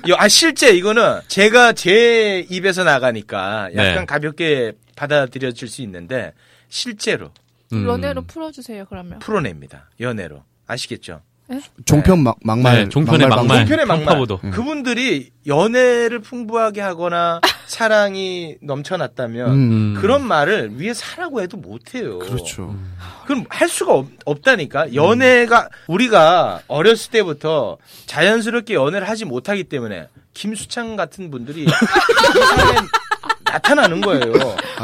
D: 여- 아 실제 이거는 제가 제 입에서 나가니까 약간
A: 네.
D: 가볍게 받아들여질 수 있는데 실제로
A: 음.
B: 연애로 풀어주세요 그러면.
D: 풀어냅니다. 연애로 아시겠죠? 네.
C: 종편 막, 막말
A: 네, 종편의 막말.
C: 방송.
D: 편의 막말.
A: 평파보도. 음.
D: 그분들이 연애를 풍부하게 하거나 사랑이 넘쳐났다면
C: 음.
D: 그런 말을 위에 사라고 해도 못해요.
C: 그렇죠.
D: 그럼 할 수가 없, 다니까 연애가 우리가 어렸을 때부터 자연스럽게 연애를 하지 못하기 때문에 김수창 같은 분들이 이 사회에 나타나는 거예요.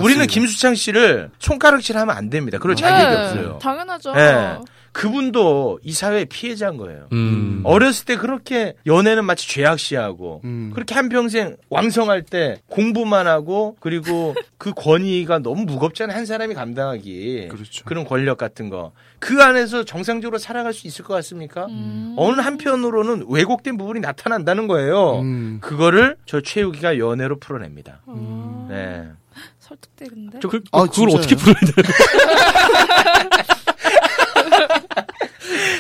D: 우리는 김수창 씨를 손가락질하면 안 됩니다. 그럴 자격이
B: 네,
D: 없어요.
B: 당연하죠.
D: 예. 그분도 이 사회의 피해자인 거예요.
A: 음.
D: 어렸을 때 그렇게 연애는 마치 죄악시하고
C: 음.
D: 그렇게 한평생 왕성할 때 공부만 하고 그리고 그 권위가 너무 무겁잖아요. 한 사람이 감당하기.
C: 그렇죠.
D: 런 권력 같은 거. 그 안에서 정상적으로 살아갈 수 있을 것 같습니까?
B: 음.
D: 어느 한편으로는 왜곡된 부분이 나타난다는 거예요.
C: 음.
D: 그거를 저 최욱이가 연애로 풀어냅니다.
B: 어.
D: 네.
B: 설득돼 근데.
A: 저 그,
C: 아,
A: 그걸
C: 진짜요?
A: 어떻게 풀어야 돼요?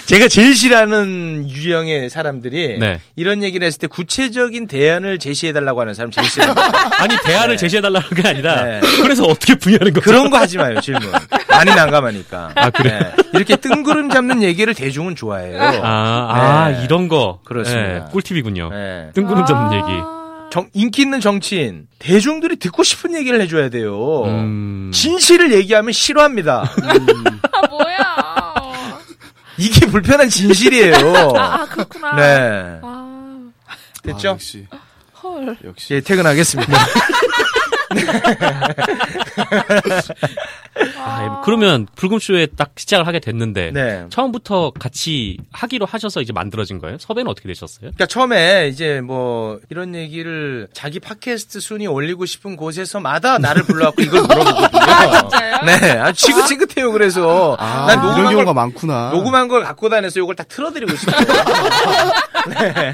D: 제가 제일 싫어하는 유형의 사람들이
A: 네.
D: 이런 얘기를 했을 때 구체적인 대안을 제시해달라고 하는 사람 제일 싫어요.
A: 아니 대안을 제시해달라는 게 아니라
D: 네.
A: 네. 그래서 어떻게 분야하는 거죠?
D: 그런 거 하지 마요 질문. 많이 난감하니까.
A: 아, 그래요?
D: 네. 이렇게 뜬구름 잡는 얘기를 대중은 좋아해요.
A: 아,
D: 네.
A: 아 이런 거
D: 그렇습니다.
A: 네, 꿀팁이군요. 아.
D: 네.
A: 뜬구름 잡는 얘기.
B: 아.
D: 정- 인기 있는 정치인 대중들이 듣고 싶은 얘기를 해줘야 돼요.
A: 음.
D: 진실을 얘기하면 싫어합니다.
B: 아, 뭐야.
D: 이게 불편한 진실이에요.
B: 아, 그렇구나.
D: 네.
B: 아,
C: 아,
D: 됐죠?
C: 역시
B: 헐.
C: 역시
D: 예, 퇴근하겠습니다.
A: 아,
D: 뭐
A: 예. 그러면 불금쇼에 딱 시작을 하게 됐는데
D: 네.
A: 처음부터 같이 하기로 하셔서 이제 만들어진 거예요? 섭외는 어떻게 되셨어요?
D: 그러니까 처음에 이제 뭐 이런 얘기를 자기 팟캐스트 순위 올리고 싶은 곳에서마다 나를 불러갖고 이걸 물어보거든요.
B: 진짜요?
D: 네, 아 지긋지긋해요. 그래서
C: 아,
D: 난
C: 이런
D: 녹음한 걸
C: 경우가 많구나.
D: 녹음한 걸 갖고 다녀서 이걸 다 틀어드리고 싶어요. 네. 네.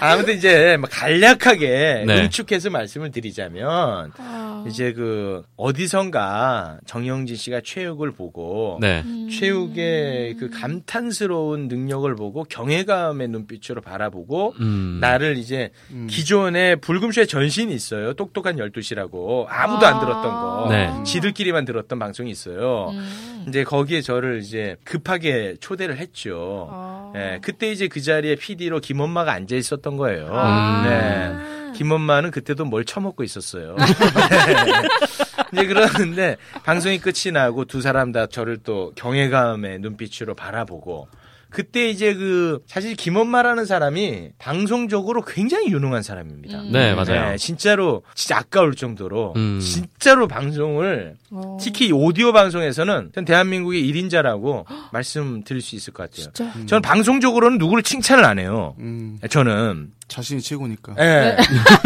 D: 아무튼 이제 막 간략하게
A: 네.
D: 응축해서 말씀을 드리자면
B: 아.
D: 이제 그 어디선가 정영진 씨가 최욱을 보고
A: 네.
B: 음.
D: 최욱의 그 감탄스러운 능력을 보고 경외감의 눈빛으로 바라보고
A: 음.
D: 나를 이제 기존에 불금쇼의 전신이 있어요. 똑똑한 12시라고 아무도 안 들었던 거.
A: 네.
D: 지들끼리만 들었던 방송이 있어요.
B: 음.
D: 이제 거기에 저를 이제 급하게 초대를 했죠.
B: 아.
D: 예, 그때 이제 그 자리에 PD로 김엄마가 앉아 있었던 거예요.
A: 어,
B: 아.
D: 네. 김엄마는 그때도 뭘 처먹고 있었어요. 네. 이제 그러는데 방송이 끝이 나고 두 사람 다 저를 또 경외감의 눈빛으로 바라보고 그때 이제 그 사실 김엄마라는 사람이 방송적으로 굉장히 유능한 사람입니다.
B: 음.
A: 네, 맞아요.
D: 네, 진짜로 진짜 아까울 정도로
A: 음.
D: 진짜로 방송을
B: 어.
D: 특히 오디오 방송에서는 전 대한민국의 1인자라고 말씀드릴 수 있을 것 같아요.
B: 진짜.
D: 저는 방송적으로는 누구를 칭찬을 안 해요.
C: 음, 아. 네.
D: 저는
C: 자신이 최고니까.
D: 예.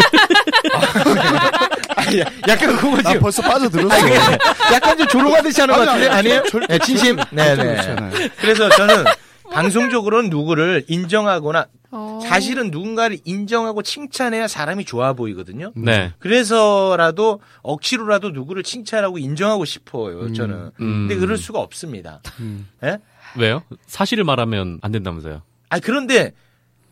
D: 아니, 예. 약간 그거
C: 나
D: 지금
C: 벌써 빠져들었어.
D: 아니, 그게 약간 좀 조롱하듯이 하는 것
C: 아니, 아니,
D: 같은데 아니에요?
C: 절-
D: 네, 진심.
C: 깜짝
D: 네, 네.
C: 놀랐잖아요.
D: 그래서 저는 방송적으로는 누구를 인정하거나
B: 어.
D: 사실은 누군가를 인정하고 칭찬해야 사람이 좋아 보이거든요.
A: 네.
D: 그래서라도 억지로라도 누구를 칭찬하고 인정하고 싶어요.
C: 음.
D: 저는.
A: 음.
D: 근데 그럴 수가 없습니다.
C: 음.
D: 예?
A: 왜요? 사실을 말하면 안 된다면서요?
D: 아 그런데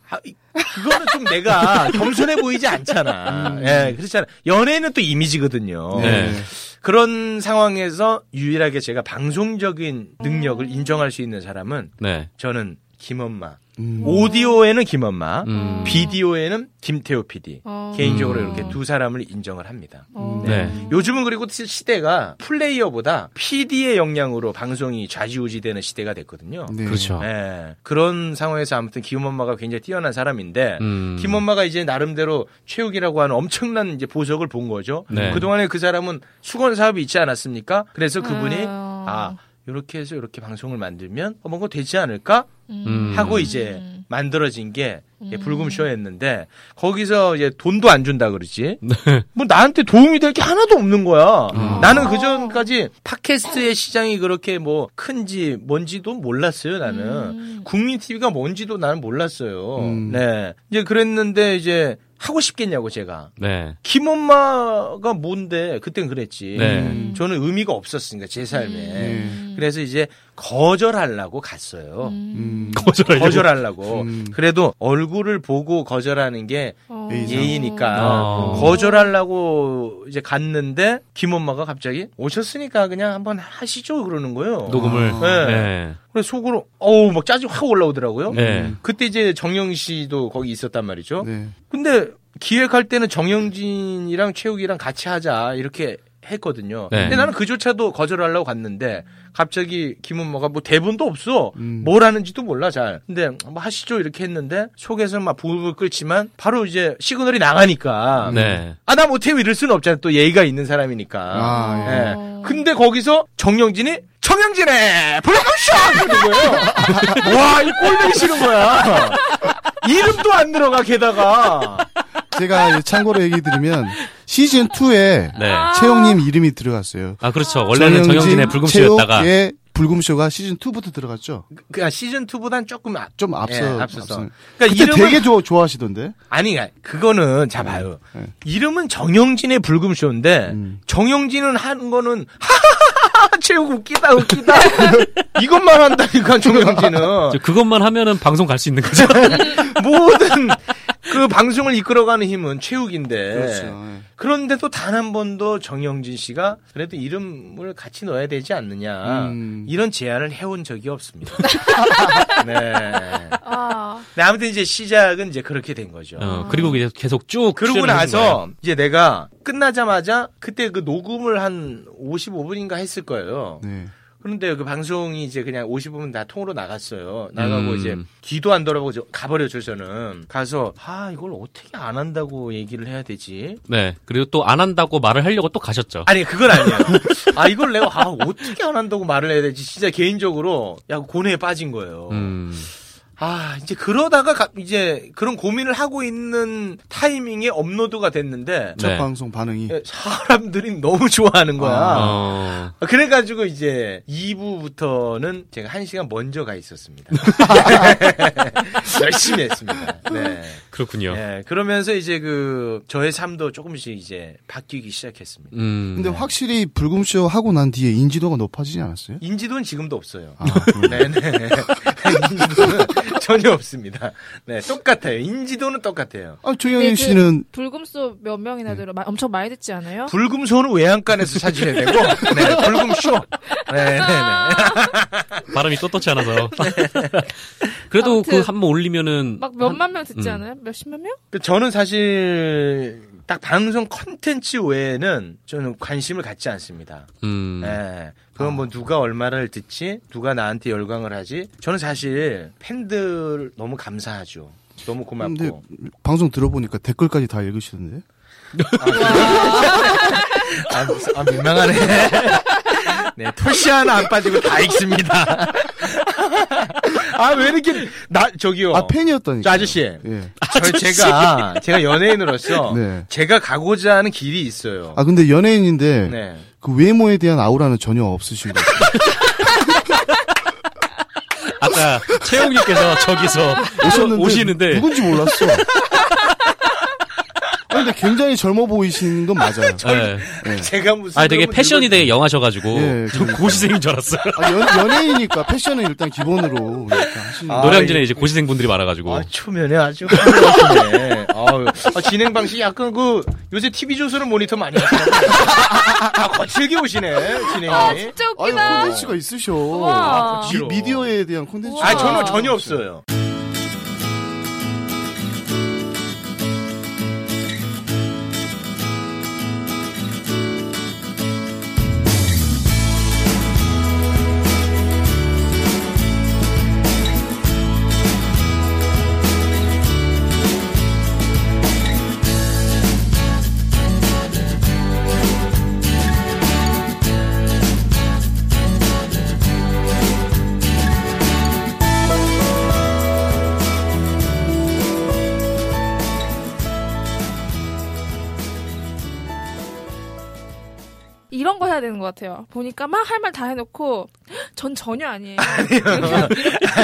D: 아, 이- 그거는 좀 내가 겸손해 보이지 않잖아. 예, 그렇잖아. 연예인은 또 이미지거든요.
A: 음. 네.
D: 그런 상황에서 유일하게 제가 방송적인 능력을 인정할 수 있는 사람은
A: 네.
D: 저는 김엄마.
C: 음.
D: 오디오에는 김엄마,
A: 음.
D: 비디오에는 김태호 PD.
B: 어.
D: 개인적으로
A: 음.
D: 이렇게 두 사람을 인정을 합니다.
B: 어.
A: 네.
D: 요즘은 그리고 시- 시대가 플레이어보다 PD의 역량으로 방송이 좌지우지되는 시대가 됐거든요.
C: 네.
A: 그렇죠.
D: 예. 그런 상황에서 아무튼 김엄마가 굉장히 뛰어난 사람인데
A: 음.
D: 김엄마가 이제 나름대로 최욱이라고 하는 엄청난 이제 보석을 본 거죠.
A: 네.
D: 그동안에 그 사람은 수건 사업이 있지 않았습니까? 그래서 그분이
B: 아.
D: 아, 이렇게 해서 이렇게 방송을 만들면 어, 뭔가 되지 않을까?
A: 음.
D: 하고 이제 만들어진 게 예, 불금쇼였는데 거기서 이제 돈도 안 준다 그러지.
A: 네.
D: 뭐 나한테 도움이 될 게 하나도 없는 거야.
A: 음.
D: 나는 그 전까지 팟캐스트의 시장이 그렇게 뭐 큰지 뭔지도 몰랐어요. 나는
B: 음.
D: 국민 TV가 뭔지도 나는 몰랐어요.
C: 음.
D: 네. 이제 그랬는데 이제 하고 싶겠냐고 제가.
A: 네.
D: 김엄마가 뭔데 그땐 그랬지.
A: 네.
C: 음.
D: 저는 의미가 없었으니까 제 삶에.
B: 음.
C: 네.
D: 그래서 이제 거절하려고 갔어요.
C: 음.
A: 거절하려고.
D: 거절하려고.
C: 음.
D: 그래도 얼굴을 보고 거절하는 게
B: 어.
C: 예, 이제-
D: 예의니까
C: 아.
A: 어.
D: 거절하려고 이제 갔는데 김 엄마가 갑자기 오셨으니까 그냥 한번 하시죠 그러는 거예요.
A: 녹음을.
D: 네.
A: 네.
D: 그래서 속으로 어우 막 짜증 확 올라오더라고요.
A: 네.
D: 그때 이제 정영 씨도 거기 있었단 말이죠.
C: 네.
D: 근데 기획할 때는 정영진이랑 최욱이랑 같이 하자 이렇게 했거든요.
A: 네.
D: 근데 나는 그조차도 거절하려고 갔는데 갑자기 김은모가 뭐 대본도 없어.
C: 음.
D: 뭘 하는지도 몰라 잘. 근데 뭐 하시죠 이렇게 했는데 속에서 막 부부를 끓지만 바로 이제 시그널이 나가니까
C: 음.
A: 네.
D: 아 나 못해요 이럴 수는 없잖아 또 예의가 있는 사람이니까.
C: 아, 예.
D: 예. 근데 거기서 정영진이 정영진의 블랙아웃쇼 이러는 거예요. 와이 꼴보기 싫은 거야. 이름도 안 들어가 게다가
C: 제가 참고로 얘기 드리면 시즌 2에
A: 네.
C: 채용님 이름이 들어갔어요.
A: 아, 그렇죠. 원래는 정영진의 예. 불금쇼였다가.
C: 채용의 예, 불금쇼가 시즌 2부터 들어갔죠.
D: 그냥 그러니까 시즌 2보단 조금 앞.
C: 좀 앞서
D: 예, 앞서서.
C: 앞선.
D: 그러니까
C: 그때
D: 이름은
C: 되게 좋아, 좋아하시던데.
D: 아니 그거는 자 봐요.
C: 네.
D: 이름은 정영진의 불금쇼인데
C: 음.
D: 정영진은 한 거는 하하하하 체육 웃기다 웃기다 이것만 한다니까 조명진은
A: 저 그것만 하면은 방송 갈 수 있는 거죠.
D: 모든 그 방송을 이끌어가는 힘은 체육인데
C: 그렇죠. 예.
D: 그런데도 단 한 번도 정영진 씨가 그래도 이름을 같이 넣어야 되지 않느냐
C: 음.
D: 이런 제안을 해온 적이 없습니다. 네.
B: 아,
D: 네, 아무튼 이제 시작은 이제 그렇게 된 거죠.
A: 어, 그리고 이제 계속 쭉
D: 그러고
A: 출연을 하신 거예요.
D: 나서 이제 내가 끝나자마자 그때 그 녹음을 한 55분인가 했을 거예요.
C: 네.
D: 그런데 그 방송이 이제 그냥 55분 다 통으로 나갔어요. 나가고
A: 음.
D: 이제 귀도 안 돌아보고 저- 가버렸죠, 저는. 가서, 아, 이걸 어떻게 안 한다고 얘기를 해야 되지?
A: 네. 그리고 또 안 한다고 말을 하려고 또 가셨죠.
D: 아니, 그건 아니에요. 아, 이걸 내가, 아, 어떻게 안 한다고 말을 해야 되지? 진짜 개인적으로, 야, 고뇌에 빠진 거예요.
A: 음.
D: 아, 이제 그러다가 가- 이제 그런 고민을 하고 있는 타이밍에 업로드가 됐는데,
A: 네.
C: 첫 방송 반응이
D: 예, 사람들이 너무 좋아하는 거야.
C: 음. 아.
A: 어.
D: 그래가지고 이제 2부부터는 제가 1시간 먼저 가 있었습니다. 열심히 했습니다. 네.
A: 그렇군요.
D: 예, 그러면서 이제 그 저의 삶도 조금씩 이제 바뀌기 시작했습니다.
A: 음.
C: 근데 확실히 불금쇼 하고 난 뒤에 인지도가 높아지지 않았어요?
D: 인지도는 지금도 없어요.
C: 아, 그럼.
D: 네네. 인지도는 전혀 없습니다. 네, 똑같아요. 인지도는 똑같아요.
C: 아,
B: 네,
C: 조영현
B: 그-
C: 씨는
B: 불금수 몇 명이나 들어
A: 네.
B: 마- 엄청 많이 듣지 않아요?
D: 불금소는 외양간에서 찾으셔야 되고, 네, 불금쇼. 네, 네, 네.
A: 발음이 떳떳지 않아서. 그래도
B: 아무튼
A: 그 한 번 올리면은
B: 막 몇만 명 듣지
A: 음.
B: 않아요? 몇십만 명?
D: 그 저는 사실 딱 방송 컨텐츠 외에는 저는 관심을 갖지 않습니다.
A: 음.
D: 예. 그건 뭐 누가 얼마를 듣지, 누가 나한테 열광을 하지. 저는 사실 팬들 너무 감사하죠. 너무
C: 근데
D: 고맙고.
C: 방송 들어보니까 댓글까지 다 읽으시던데.
D: 아, 아, 민망하네. 네, 토시 하나 안 빠지고 다 읽습니다. 아, 왜 이렇게, 나, 저기요.
C: 아 팬이었다니까.
D: 저 아저씨.
C: 예.
D: 저 제가, 제가 연예인으로서,
C: 네.
D: 제가 가고자 하는 길이 있어요.
C: 아 근데 연예인인데
D: 네.
C: 그 외모에 대한 아우라는 전혀 없으신 거.
A: 아까 채용님께서 저기서
C: 오셨는데
A: 오시는데 네.
C: 누군지 몰랐어. 아, 근데 굉장히 젊어 보이시는 건 맞아요.
A: 예.
C: 예.
D: 제가 무슨.
A: 아 되게
D: 그러면
A: 패션이
D: 누군-
A: 되게 영하셔가지고
C: 예,
A: 저 고시생인 줄 알았어요.
C: 아, 연, 연예인이니까 패션은 일단 기본으로 이렇게 하시는
D: 아,
A: 노량진에
D: 이-
A: 이제 고시생 분들이 많아가지고
D: 아, 초면에 아주 훌륭하시네. 아유, 아, 진행 방식이 약간 그 요새 TV 조선을 모니터 많이 하시네. 아, 거칠게 오시네, 진행이.
B: 아 진짜
C: 아니
B: 웃기다.
C: 콘텐츠가 있으셔.
B: 우와.
D: 아,
C: 미, 디어에 대한 콘텐츠.
D: 아,
B: 우와.
D: 저는 전혀 없어요.
B: 이런 거 해야 되는 것 같아요. 보니까 막 할 말 다 해놓고 전 전혀 아니에요.
D: 아,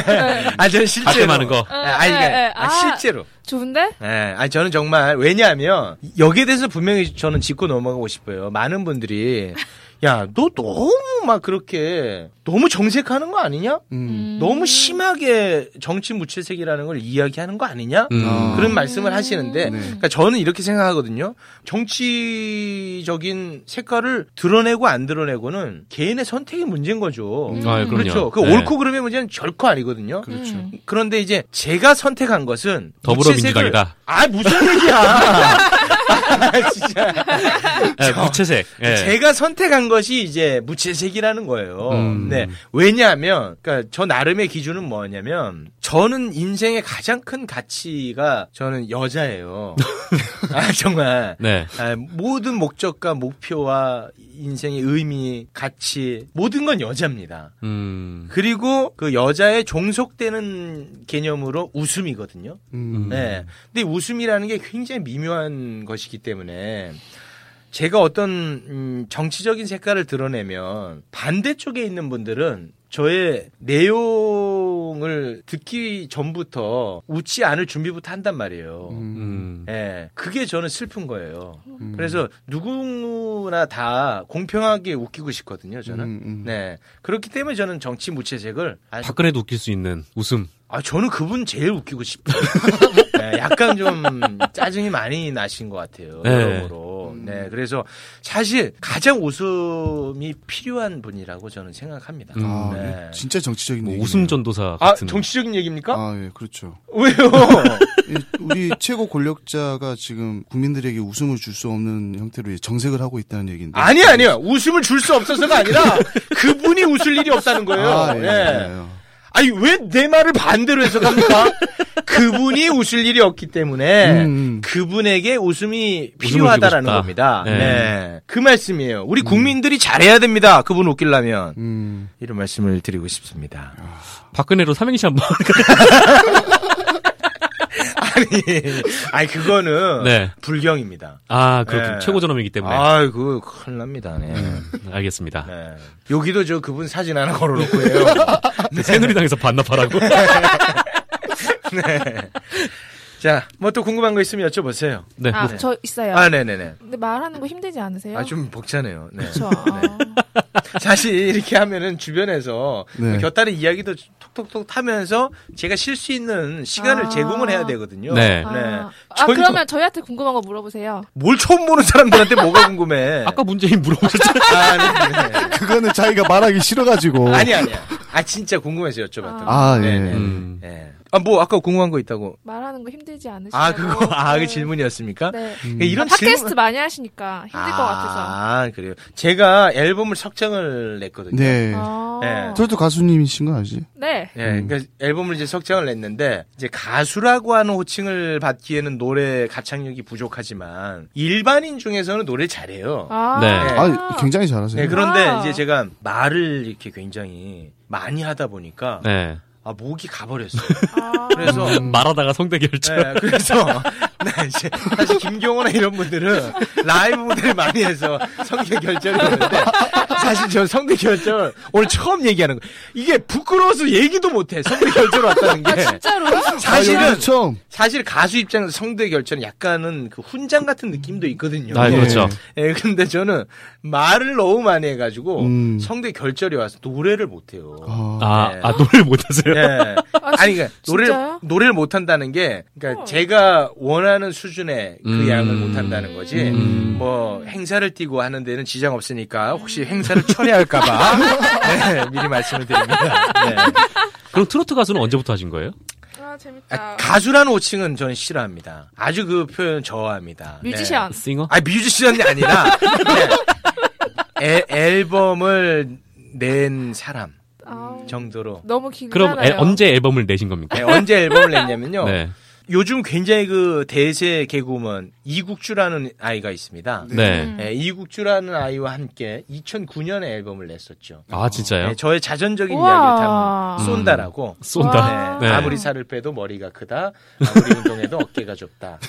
D: 저는
A: 할
D: 실제로.
A: 때 많은 거.
D: 아, 아니,
A: 네,
B: 에, 에, 에.
D: 그러니까, 아,
B: 아.
D: 실제로.
B: 좋은데?
D: 예, 아니, 저는 정말, 왜냐하면, 여기에 대해서 분명히 저는 짚고 넘어가고 싶어요. 많은 분들이, 야, 너 너무 막 그렇게, 너무 정색하는 거 아니냐?
C: 음.
D: 너무 심하게 정치 무채색이라는 걸 이야기하는 거 아니냐?
A: 음.
C: 아.
D: 그런 말씀을 하시는데
C: 네.
D: 그러니까 저는 이렇게 생각하거든요. 정치적인 색깔을 드러내고 안 드러내고는 개인의 선택의 문제인 거죠.
B: 음.
A: 아, 그럼요.
D: 그렇죠. 그
A: 네.
D: 옳고 그름의 문제는 결코 아니거든요.
C: 그렇죠.
B: 음.
D: 그런데 이제 제가 선택한 것은 무채색을-
A: 더불어민주당이다.
D: 아 무슨 얘기야? 아, 진짜
A: 예, 무채색. 예.
D: 제가 선택한 것이 이제 무채색이라는 거예요.
A: 음.
D: 네. 왜냐하면, 그니까 저 나름의 기준은 뭐냐면, 저는 인생의 가장 큰 가치가 저는 여자예요. 아, 정말.
A: 네.
D: 아, 모든 목적과 목표와 인생의 의미, 가치, 모든 건 여자입니다.
A: 음.
D: 그리고 그 여자의 종속되는 개념으로 웃음이거든요.
C: 음.
D: 네. 근데 웃음이라는 게 굉장히 미묘한 것이기 때문에 제가 어떤 음, 정치적인 색깔을 드러내면 반대쪽에 있는 분들은 저의 내용을 듣기 전부터 웃지 않을 준비부터 한단 말이에요.
A: 음.
D: 예, 그게 저는 슬픈 거예요.
C: 음.
D: 그래서 누구나 다 공평하게 웃기고 싶거든요, 저는.
C: 음, 음.
D: 네. 그렇기 때문에 저는 정치 무채색을 아,
A: 박근혜도 웃길 수 있는 웃음.
D: 아, 저는 그분 제일 웃기고 싶어요. 네, 약간 좀 짜증이 많이 나신 것 같아요.
A: 네.
D: 여러모로. 네, 그래서 사실 가장 웃음이 필요한 분이라고 저는 생각합니다.
A: 음.
C: 아,
D: 네.
C: 진짜 정치적인
A: 뭐
C: 얘기네요.
A: 웃음 전도사
D: 아,
A: 같은.
D: 정치적인 얘기입니까?
C: 아, 예, 그렇죠.
D: 왜요?
C: 이 우리 최고 권력자가 지금 국민들에게 웃음을 줄 수 없는 형태로 이제 정색을 하고 있다는 얘기인데.
D: 아니, 아니요. 웃음을 줄 수 없어서가 아니라 그분이 웃을 일이 없다는 거예요.
C: 아, 예,
D: 네.
C: 맞아요.
D: 아니 왜 내 말을 반대로 해석합니까? 그분이 웃을 일이 없기 때문에
C: 음.
D: 그분에게 웃음이
A: 주고
D: 필요하다라는
A: 싶다.
D: 겁니다.
A: 네. 음.
D: 네. 그 말씀이에요. 우리 국민들이 잘해야 됩니다. 그분 웃기려면
C: 음.
D: 이런 말씀을 드리고 싶습니다.
A: 박근혜로 삼행시 한번.
D: 아니, 아니 그거는
A: 네.
D: 불경입니다.
A: 아, 그렇군.
D: 네.
A: 최고 전hom이기 때문에. 음.
D: 아, 그거 큰일 납니다. 네.
A: 알겠습니다.
D: 네. 여기도 저 그분 사진 하나 걸어놓고 해요.
A: 새누리당에서 반납하라고.
D: 네. 자, 뭐 또 궁금한 거 있으면 여쭤보세요.
A: 네.
B: 아,
A: 뭐,
B: 저 있어요.
D: 아, 네네네.
B: 근데 말하는 거 힘들지 않으세요?
D: 아, 좀 벅차네요. 네.
B: 그렇죠.
D: 사실 이렇게 하면은 주변에서 그
C: 네.
D: 곁다리 이야기도 톡톡톡 타면서 제가 쉴 수 있는 시간을
B: 아.
D: 제공을 해야 되거든요.
A: 네.
B: 아,
D: 네.
B: 아,
D: 저희도-
B: 그러면 저희한테 궁금한 거 물어보세요.
D: 뭘 처음 보는 사람들한테 뭐가 궁금해?
A: 네. 아까 문재인 물어보셨잖아요.
D: 아, 네, 네.
C: 그거는 자기가 말하기 싫어가지고.
D: 아니 아니야. 아 진짜 궁금해서 여쭤봤던 거.
C: 아,
D: 네,
C: 예.
D: 네.
A: 음.
D: 예. 아뭐 아까 궁금한 거 있다고.
B: 말하는 거 힘들지 않으시고.
D: 아 그거 아 그 질문이었습니까?
B: 네.
D: 그러니까 이런
B: 아, 팟캐스트
D: 질문.
B: 많이 하시니까 힘들 것 같아서.
D: 아 그래요. 제가 앨범을 석장을 냈거든요.
C: 네.
B: 아.
D: 네.
C: 저도 가수님이신 거 알지?
B: 네.
D: 예, 그러니까 앨범을 이제 석장을 냈는데 이제 가수라고 하는 호칭을 받기에는 노래 가창력이 부족하지만 일반인 중에서는 노래 잘해요.
B: 아.
A: 네.
C: 아, 굉장히 잘하세요.
D: 네, 그런데
B: 아.
D: 이제 제가 말을 이렇게 굉장히 많이 하다 보니까
A: 네.
D: 아 목이 가버렸어요.
B: 아.
D: 그래서
C: 음.
A: 말하다가 성대결절.
D: 음. 네, 그래서 네, 이제 사실 김경호나 이런 분들은 라이브 무대를 많이 해서 성대 결절이 오는데 사실 저 성대 결절 오늘 처음 얘기하는 거 이게 부끄러워서 얘기도 못해 성대 결절 왔다는 게
B: 진짜로?
C: 아,
D: 사실은
C: 여기서 처음.
D: 사실 가수 입장에서 성대 결절은 약간은 그 훈장 같은 느낌도 있거든요.
A: 아,
D: 예.
A: 그렇죠.
D: 예, 근데 저는 말을 너무 많이 해가지고
C: 음.
D: 성대 결절이 와서 노래를 못해요.
C: 아.
A: 아,
D: 네.
A: 아, 노래를 못하세요?
D: 예. 아니, 그러니까 노래를,
B: 진짜요?
D: 노래를 못한다는 게, 그러니까
B: 어.
D: 제가 원하는 수준의 그
A: 음.
D: 양을 못한다는 거지.
A: 음.
D: 뭐 행사를 띄고 하는 데는 지장 없으니까
B: 음.
D: 혹시 행사를 철회할까봐 네, 미리 말씀을 드립니다. 네.
A: 그럼 트로트 가수는 언제부터 하신 거예요?
B: 아, 재밌다.
D: 아, 가수라는 호칭은 저는 싫어합니다. 아주 그 표현 저어합니다. 네.
B: 뮤지션.
A: 싱어?
D: 아 뮤지션이 아니라 네. 앨- 앨범을 낸 사람
B: 아우,
D: 정도로.
B: 너무 길잖아요.
A: 그럼 앨- 언제 앨범을 내신 겁니까?
D: 네, 언제 앨범을 냈냐면요.
A: 네.
D: 요즘 굉장히 그 대세 개그우먼 이국주라는 아이가 있습니다.
A: 네.
B: 음.
D: 네, 이국주라는 아이와 함께 2009년에 앨범을 냈었죠.
A: 아, 진짜요?
D: 네, 저의 자전적인
B: 우와.
D: 이야기를 담은
A: 음.
D: 쏜다라고.
A: 쏜다.
B: 와.
A: 네.
D: 아무리 살을 빼도 머리가 크다. 아무리 운동해도 어깨가 좁다.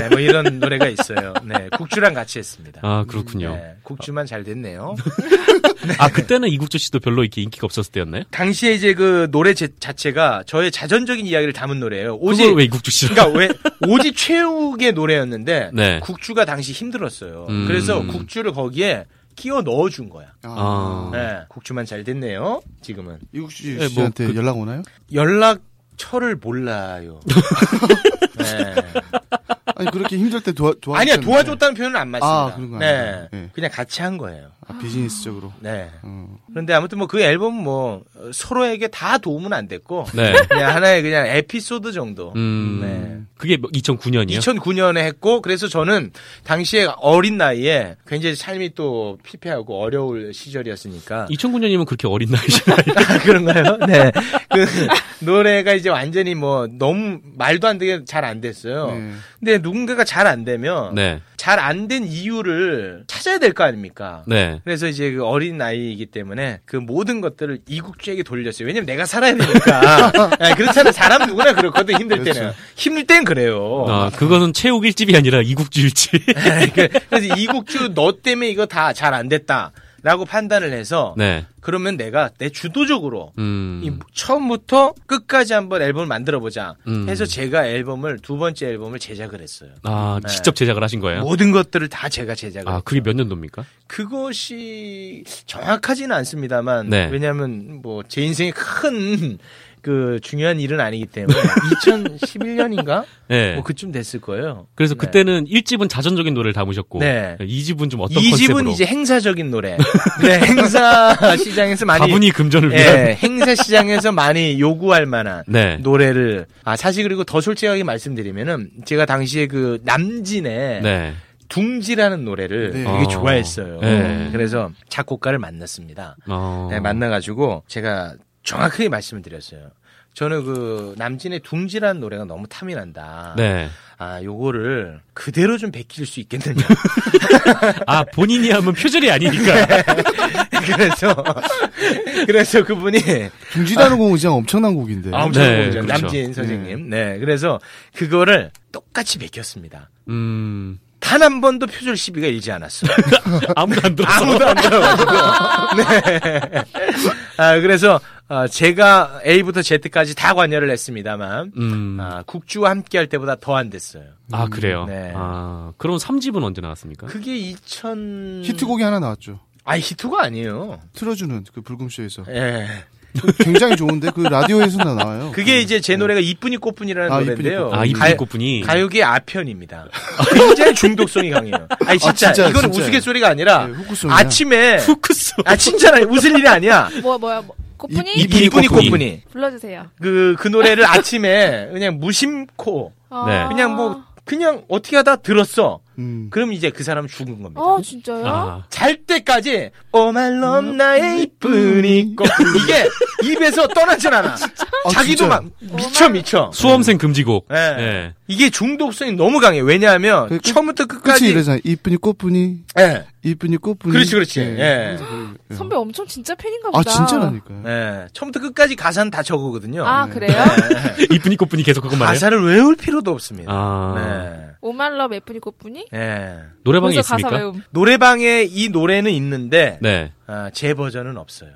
D: 네, 뭐 이런 노래가 있어요. 네, 국주랑 같이 했습니다.
A: 아, 그렇군요.
D: 네, 국주만 잘 됐네요.
A: 아, 그때는 이국주 씨도 별로 이렇게 인기가 없었을 때였나요?
D: 당시에 이제 그 노래 제- 자체가 저의 자전적인 이야기를 담은 노래예요. 오직
A: 그걸 왜 이국주 씨라?
D: 그러니까 왜 오지 최욱의 노래였는데
A: 네.
D: 국주가 당시 힘들었어요.
A: 음.
D: 그래서 국주를 거기에 끼워 넣어준 거야.
A: 아.
D: 네, 국주만 잘 됐네요. 지금은
C: 이국 씨
A: 네, 뭐
C: 씨한테
A: 그-
C: 연락 오나요?
D: 연락처를 몰라요. 네.
C: 아니 그렇게 힘들 때 도와 도와
D: 아니야 도와줬다는 표현은 안 맞습니다.
C: 뭐 아, 그런 거
D: 네,
C: 아니에요? 네.
D: 그냥 같이 한 거예요.
C: 아, 비즈니스적으로.
D: 네.
C: 어.
D: 그런데 아무튼 뭐 그 앨범 뭐 어, 서로에게 다 도움은 안 됐고
A: 네.
D: 그냥 하나의 그냥 에피소드 정도.
A: 음.
D: 그러니까 네.
A: 그게 2009년이요?
D: 2009년에 했고 그래서 저는 당시에 어린 나이에 굉장히 삶이 또 피폐하고 어려울
A: 예.
D: 시절이었으니까
A: 2009년이면 그렇게 어린 나이시나요?
D: 아, 그런가요? 네. 그 노래가 이제 완전히 뭐 너무 말도 안 되게 잘 안 됐어요.
C: 네.
D: 근데 이게 누군가가 잘 안 되면
A: 음. 네.
D: 잘 안 된 이유를 찾아야 될 거 아닙니까?
A: 네.
D: 그래서 이제 그 어린 나이이기 때문에 그 모든 것들을 이국주에게 돌렸어요. 왜냐면 내가 살아야 되니까. 예, 그렇잖아요. 사람 누구나 그렇거든, 힘들 때는.
C: 그렇죠.
D: 힘들 땐 그래요.
A: 아, 그거는 체육 일집이 아니라 이국주 일집.
D: 예, 그래서 이국주 너 때문에 이거 다 잘 안 됐다. 라고 판단을 해서
A: 네.
D: 그러면 내가 내 주도적으로
A: 음.
D: 어. 이 뭐- 처음부터 끝까지 한번 앨범을 만들어 보자
A: 음.
D: 해서 제가 앨범을 두 번째 앨범을 제작을 했어요.
A: 아,
D: 네.
A: 직접 제작을 하신 거예요?
D: 모든 것들을 다 제가 제작을
A: 아,
D: 했죠.
A: 그게 몇 년도입니까?
D: 그것이 정확하지는 않습니다만
A: 네.
D: 왜냐하면 뭐 제 인생의 큰 그 중요한 일은 아니기 때문에 2011년인가
A: 네.
D: 뭐 그쯤 됐을 거예요.
A: 그래서
D: 네.
A: 그때는 1집은 자전적인 노래를 담으셨고 그러니까
D: 네.
A: 2집은 좀 어떤
D: 이 집은
A: 컨셉으로
D: 이제 행사적인 노래. 네, 행사 시장에서 많이
A: 다분히 금전을 위한
D: 예, 행사 시장에서 많이 요구할 만한
A: 네.
D: 노래를 아 사실 그리고 더 솔직하게 말씀드리면은 제가 당시에 그 남진의
A: 네.
D: 둥지라는 노래를
C: 네.
D: 되게
A: 어.
D: 좋아했어요.
A: 네.
D: 그래서 작곡가를 만났습니다.
A: 어.
D: 네, 만나가지고 제가 정확하게 말씀을 드렸어요. 저는 그 남진의 둥지라는 노래가 너무 탐이 난다.
A: 네.
D: 아 요거를 그대로 좀 베낄 수 있겠느냐.
A: 아, 본인이 하면 표절이 아니니까.
D: 그래서 그래서 그분이
C: 둥지다는 공장 엄청난 곡인데.
D: 아,
A: 네,
D: 네,
A: 그렇죠.
D: 남진 선생님. 네, 그래서 그거를 똑같이 베꼈습니다.
A: 음.
D: 단 한 번도 표절 시비가 일지 않았어요.
A: 아무도 안 들었어.
D: 아무도 안 들어가지고. 네. 아, 그래서 어, 제가 A부터 Z까지 다 관여를 했습니다만
A: 음.
D: 아, 국주와 함께 할 때보다 더 안 됐어요.
A: 아, 그래요.
D: 네.
A: 아, 그럼 3집은 언제 나왔습니까?
D: 그게 2000
C: 히트곡이 하나 나왔죠.
D: 아, 히트가 아니에요.
C: 틀어주는 그 불금쇼에서
D: 예.
C: 굉장히 좋은데 그 라디오에서 나 나와요.
D: 그게 이제 제 노래가 이쁜이 꽃분이라는
C: 아,
D: 노래인데요.
A: 아,
D: 가요-
A: 이분이 꽃분이
D: 가요계 아편입니다. 굉장히 중독성이 강해요. 아니 진짜,
C: 아, 진짜,
D: 이거는
C: 진짜.
D: 우스갯소리가 아니라
C: 네, 후쿠스냐.
D: 아침에
A: 후크스.
D: 아 진짜 아니, 웃을 일이 아니야.
B: 뭐 뭐야 뭐, 고프니
A: 이- 이-
D: 이쁜이
A: 이쁜이
D: 꽃분이
B: 불러주세요.
D: 그 그 노래를 아침에 그냥 무심코
B: 아.
A: 네.
D: 그냥 뭐 그냥 어떻게 하다 들었어.
C: 음.
D: 그럼 이제 그 사람 은 죽은 겁니다.
B: 어 진짜요?
A: 아,
D: 잘 때까지 어, 오말럼 나의 이쁜이 꽃 이게 입에서 떠나질 않아.
C: 아,
D: 자기도
C: 진짜요?
D: 막
B: 어,
D: 미쳐 미쳐.
A: 수험생 금지곡.
D: 예.
A: 예.
D: 이게 중독성이 너무 강해. 요 왜냐하면
C: 그 끝-
D: 처음부터
C: 끝이
D: 끝까지
C: 이러잖아. 이쁜이 꽃분이
D: 예.
C: 이쁜이 꽃분이.
D: 그렇지, 그렇지.
C: 예.
D: 예.
C: 예.
B: 선배 엄청 진짜 팬인가
C: 아
B: 보다.
C: 진짜라니까요.
D: 예. 처음부터 끝까지 가사는 다 적어거든요.
B: 아 그래요?
D: 네.
A: 이쁜이 꽃분이 계속 그것만 해요?
D: 가사를 외울 필요도 없습니다.
A: 아.
D: 네.
B: 오말럽 예쁜이 꽃분이?
D: 예.
A: 노래방에
B: 벌써 가사
A: 있습니까?
B: 외움.
D: 노래방에 이 노래는 있는데
A: 네.
D: 아, 제 버전은 없어요.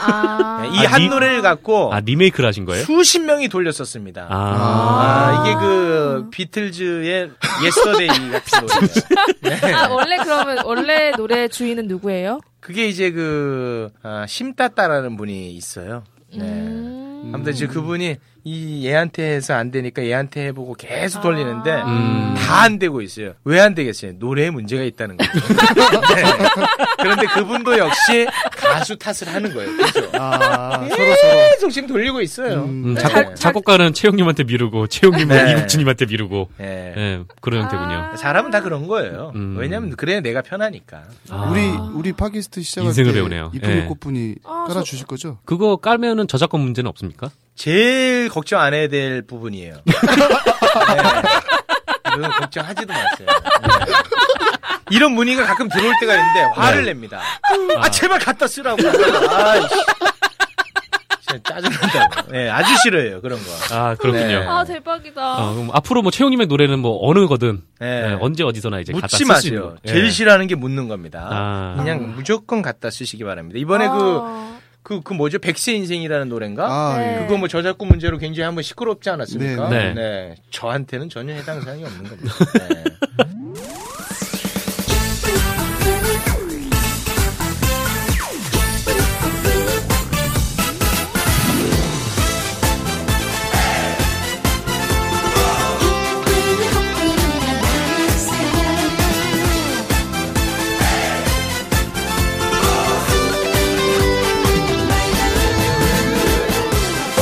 B: 아.
D: 이
A: 아,
D: 한
A: 리-
D: 노래를 갖고
A: 아, 리메이크를 하신 거예요?
D: 수십 명이 돌렸었습니다. 아.
A: 아.
D: 이게 그 비틀즈의 예스터데이 같은 노래. 네.
B: 아, 원래 그러면 원래 노래 주인은 누구예요?
D: 그게 이제 그 아, 심따따라는 분이 있어요. 네.
B: 음.
D: 아무튼 이제 그분이 이 얘한테 해서 안 되니까 얘한테 해보고 계속 돌리는데
A: 음.
D: 다 안 되고 있어요. 왜 안 되겠어요? 노래에 문제가 있다는 거죠. 네. 그런데 그분도 역시 가수 탓을 하는 거예요. 그죠?
C: 아 서로 서로.
D: 계속 지금 돌리고 있어요.
C: 음,
A: 음,
D: 네.
A: 작곡, 작곡가는 채용님한테 미루고, 채용님은
D: 네.
A: 이국준님한테 미루고,
D: 예.
A: 예, 그런 형태군요.
B: 아.
D: 사람은 다 그런 거예요.
A: 음.
D: 왜냐하면 그래야 내가 편하니까.
A: 아.
C: 우리 우리 팟캐스트 시작할
A: 인생을
C: 때
A: 배우네요.
C: 이쁜이
A: 예.
C: 꽃분이
B: 아,
C: 깔아 주실 거죠?
A: 그거 깔면은 저작권 문제는 없습니까?
D: 제일 걱정 안 해야 될 부분이에요. 네. 그건 걱정하지도 마세요. 네. 이런 문의가 가끔 들어올 때가 있는데 화를
A: 네.
D: 냅니다. 아 제발 갖다 쓰라고. 아이씨. 진짜 짜증난다고. 네, 아주 싫어요 그런 거.
A: 아, 그렇군요.
D: 네.
B: 아 대박이다.
A: 어, 그럼 앞으로 뭐 채용님의 노래는 뭐 어느 거든,
D: 네.
A: 예, 언제 어디서나 이제 갖다
D: 묻지
A: 쓸 수 있는
D: 마세요.
A: 거. 예.
D: 제일 싫어하는 게 묻는 겁니다.
A: 아.
D: 그냥 무조건 갖다 쓰시기 바랍니다. 이번에 그,
B: 아.
D: 그, 그 뭐죠? 백세 인생이라는 노래인가?
C: 아
B: 네.
C: 예.
D: 그거 뭐 저작권 문제로 굉장히 한번 시끄럽지 않았습니까?
A: 네, 네.
D: 저한테는 전혀 해당 사항이 없는 겁니다. 네.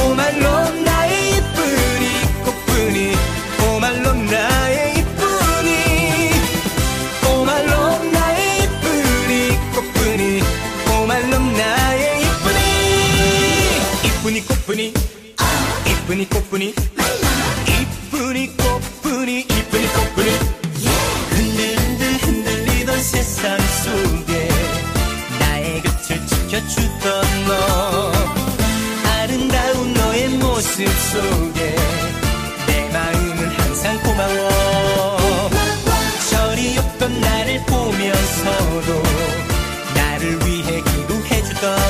E: 오말롬
D: 네.
E: 나의 이쁜이 꽃뿐이 오말롬 나의 이쁜이 아, 모습 속에 내 마음은 항상 고마워 절이 없던 나를 보면서도 나를 위해 기도해주던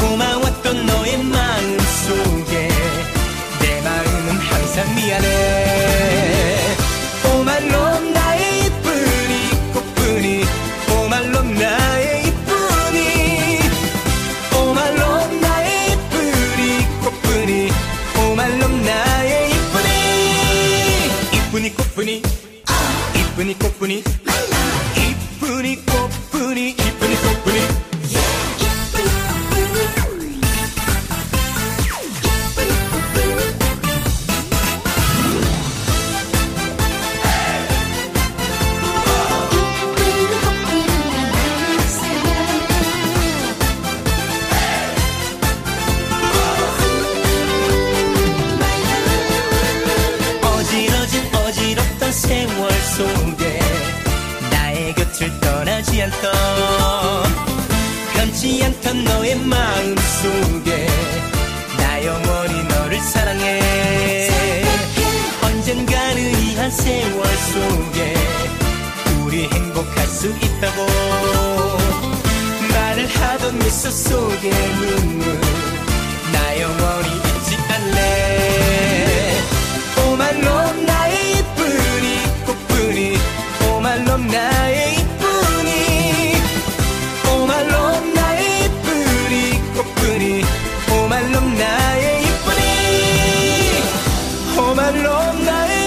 E: 고마웠던 너의 마음 속에 내 마음은 항상 미안해 오말롬 나의 이쁜이 꽃뿐이 오말롬 나의 이쁜이 오말롬 나의 이쁜이 꽃뿐이 오말롬 나의 이쁜이 이쁜이 꽃뿐이 이쁜이 꽃뿐이 이쁜이 꽃뿐이 이쁜이 꽃뿐이 어지러진 어지럽던 세월 속에 나의 곁을 떠나지 않던 변치 않던 너의 마음 속에 나 영원히 너를 사랑해 언젠가는 이 한 세월 속에 우리 행복할 수 있다고 말을 하던 미소 속에 눈물 나 영원히 잊지 않네 오말롬 나의 이쁜이 꽃뿐이 오말롬 나의 이쁜이 오말롬 나의 이쁜이 꽃뿐이 오말롬 나의 이쁜이 오말롬 나의 이쁜이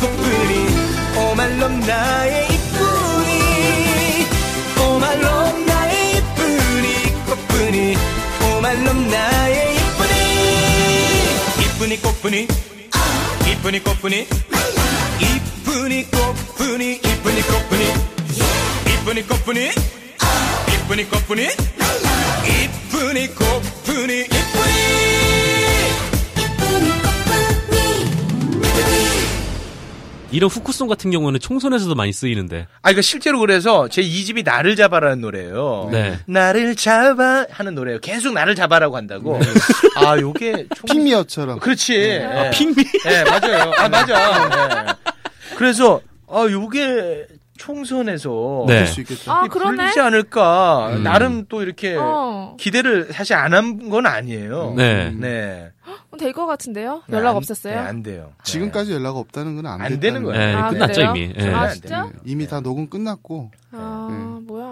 E: 꽃뿐이 오말롬 나의 이쁜이 오말롬 나의 이쁜이 꽃뿐이 오말롬 나의 이쁜이 이쁜이 꽃뿐이 이쁜이 꽃뿐이 이쁜이 꽃뿐이 이쁜이 꽃뿐이 이쁜이 꽃뿐이 이쁜이 꽃뿐이 이쁜이 꽃뿐이 이쁜이
A: 이런 후크송 같은 경우는 총선에서도 많이 쓰이는데.
D: 아, 그러니까 실제로 그래서 제 2집이 나를 잡아라는 노래예요.
A: 네.
D: 나를 잡아 하는 노래예요. 계속 나를 잡아라고
A: 네.
D: 한다고. 아, 요게 총-
C: 핑미어처럼
D: 그렇지. 예.
A: 아, 핑미?
D: 네, 맞아요. 아, 맞아. 네. 그래서 아, 요게 총선에서
A: 네.
C: 할 수 있겠다.
B: 아
D: 이게
B: 그러네.
D: 불리지 않을까.
A: 음.
D: 나름 또 이렇게
B: 어,
D: 기대를 사실 안 한 건 아니에요.
A: 네.
C: 음.
D: 네.
B: 될것 같은데요. 연락
D: 안- 네,
B: 없었어요.
D: 안 돼요. 네.
C: 지금까지 연락 없다는 건 안
D: 안 되는 거예요.
A: 네,
B: 아,
A: 끝났죠,
B: 그래요?
A: 이미. 예.
D: 네.
B: 아
D: 안
B: 진짜?
C: 이미 다 녹음 끝났고
B: 아
C: 네.
D: 음.
B: 뭐야.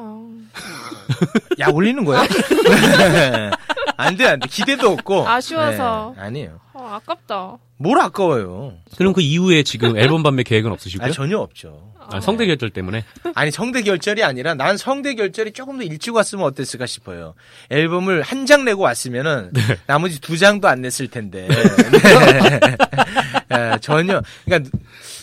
D: 야, 올리는 거예요? 안 돼, 안 돼. 기대도 없고.
B: 아쉬워서.
D: 네, 아니에요.
B: 어, 아깝다.
D: 뭘 아까워요?
A: 그럼 그 이후에 지금 앨범 판매 계획은 없으시고요?
D: 아, 전혀 없죠.
A: 아,
B: 네.
A: 성대 결절 때문에.
D: 아니, 성대 결절이 아니라 난 성대 결절이 조금 더 일찍 왔으면 어땠을까 싶어요. 앨범을 한 장 내고 왔으면은 나머지 두 장도 안 냈을 텐데. 네. 예, 전혀. 그러니까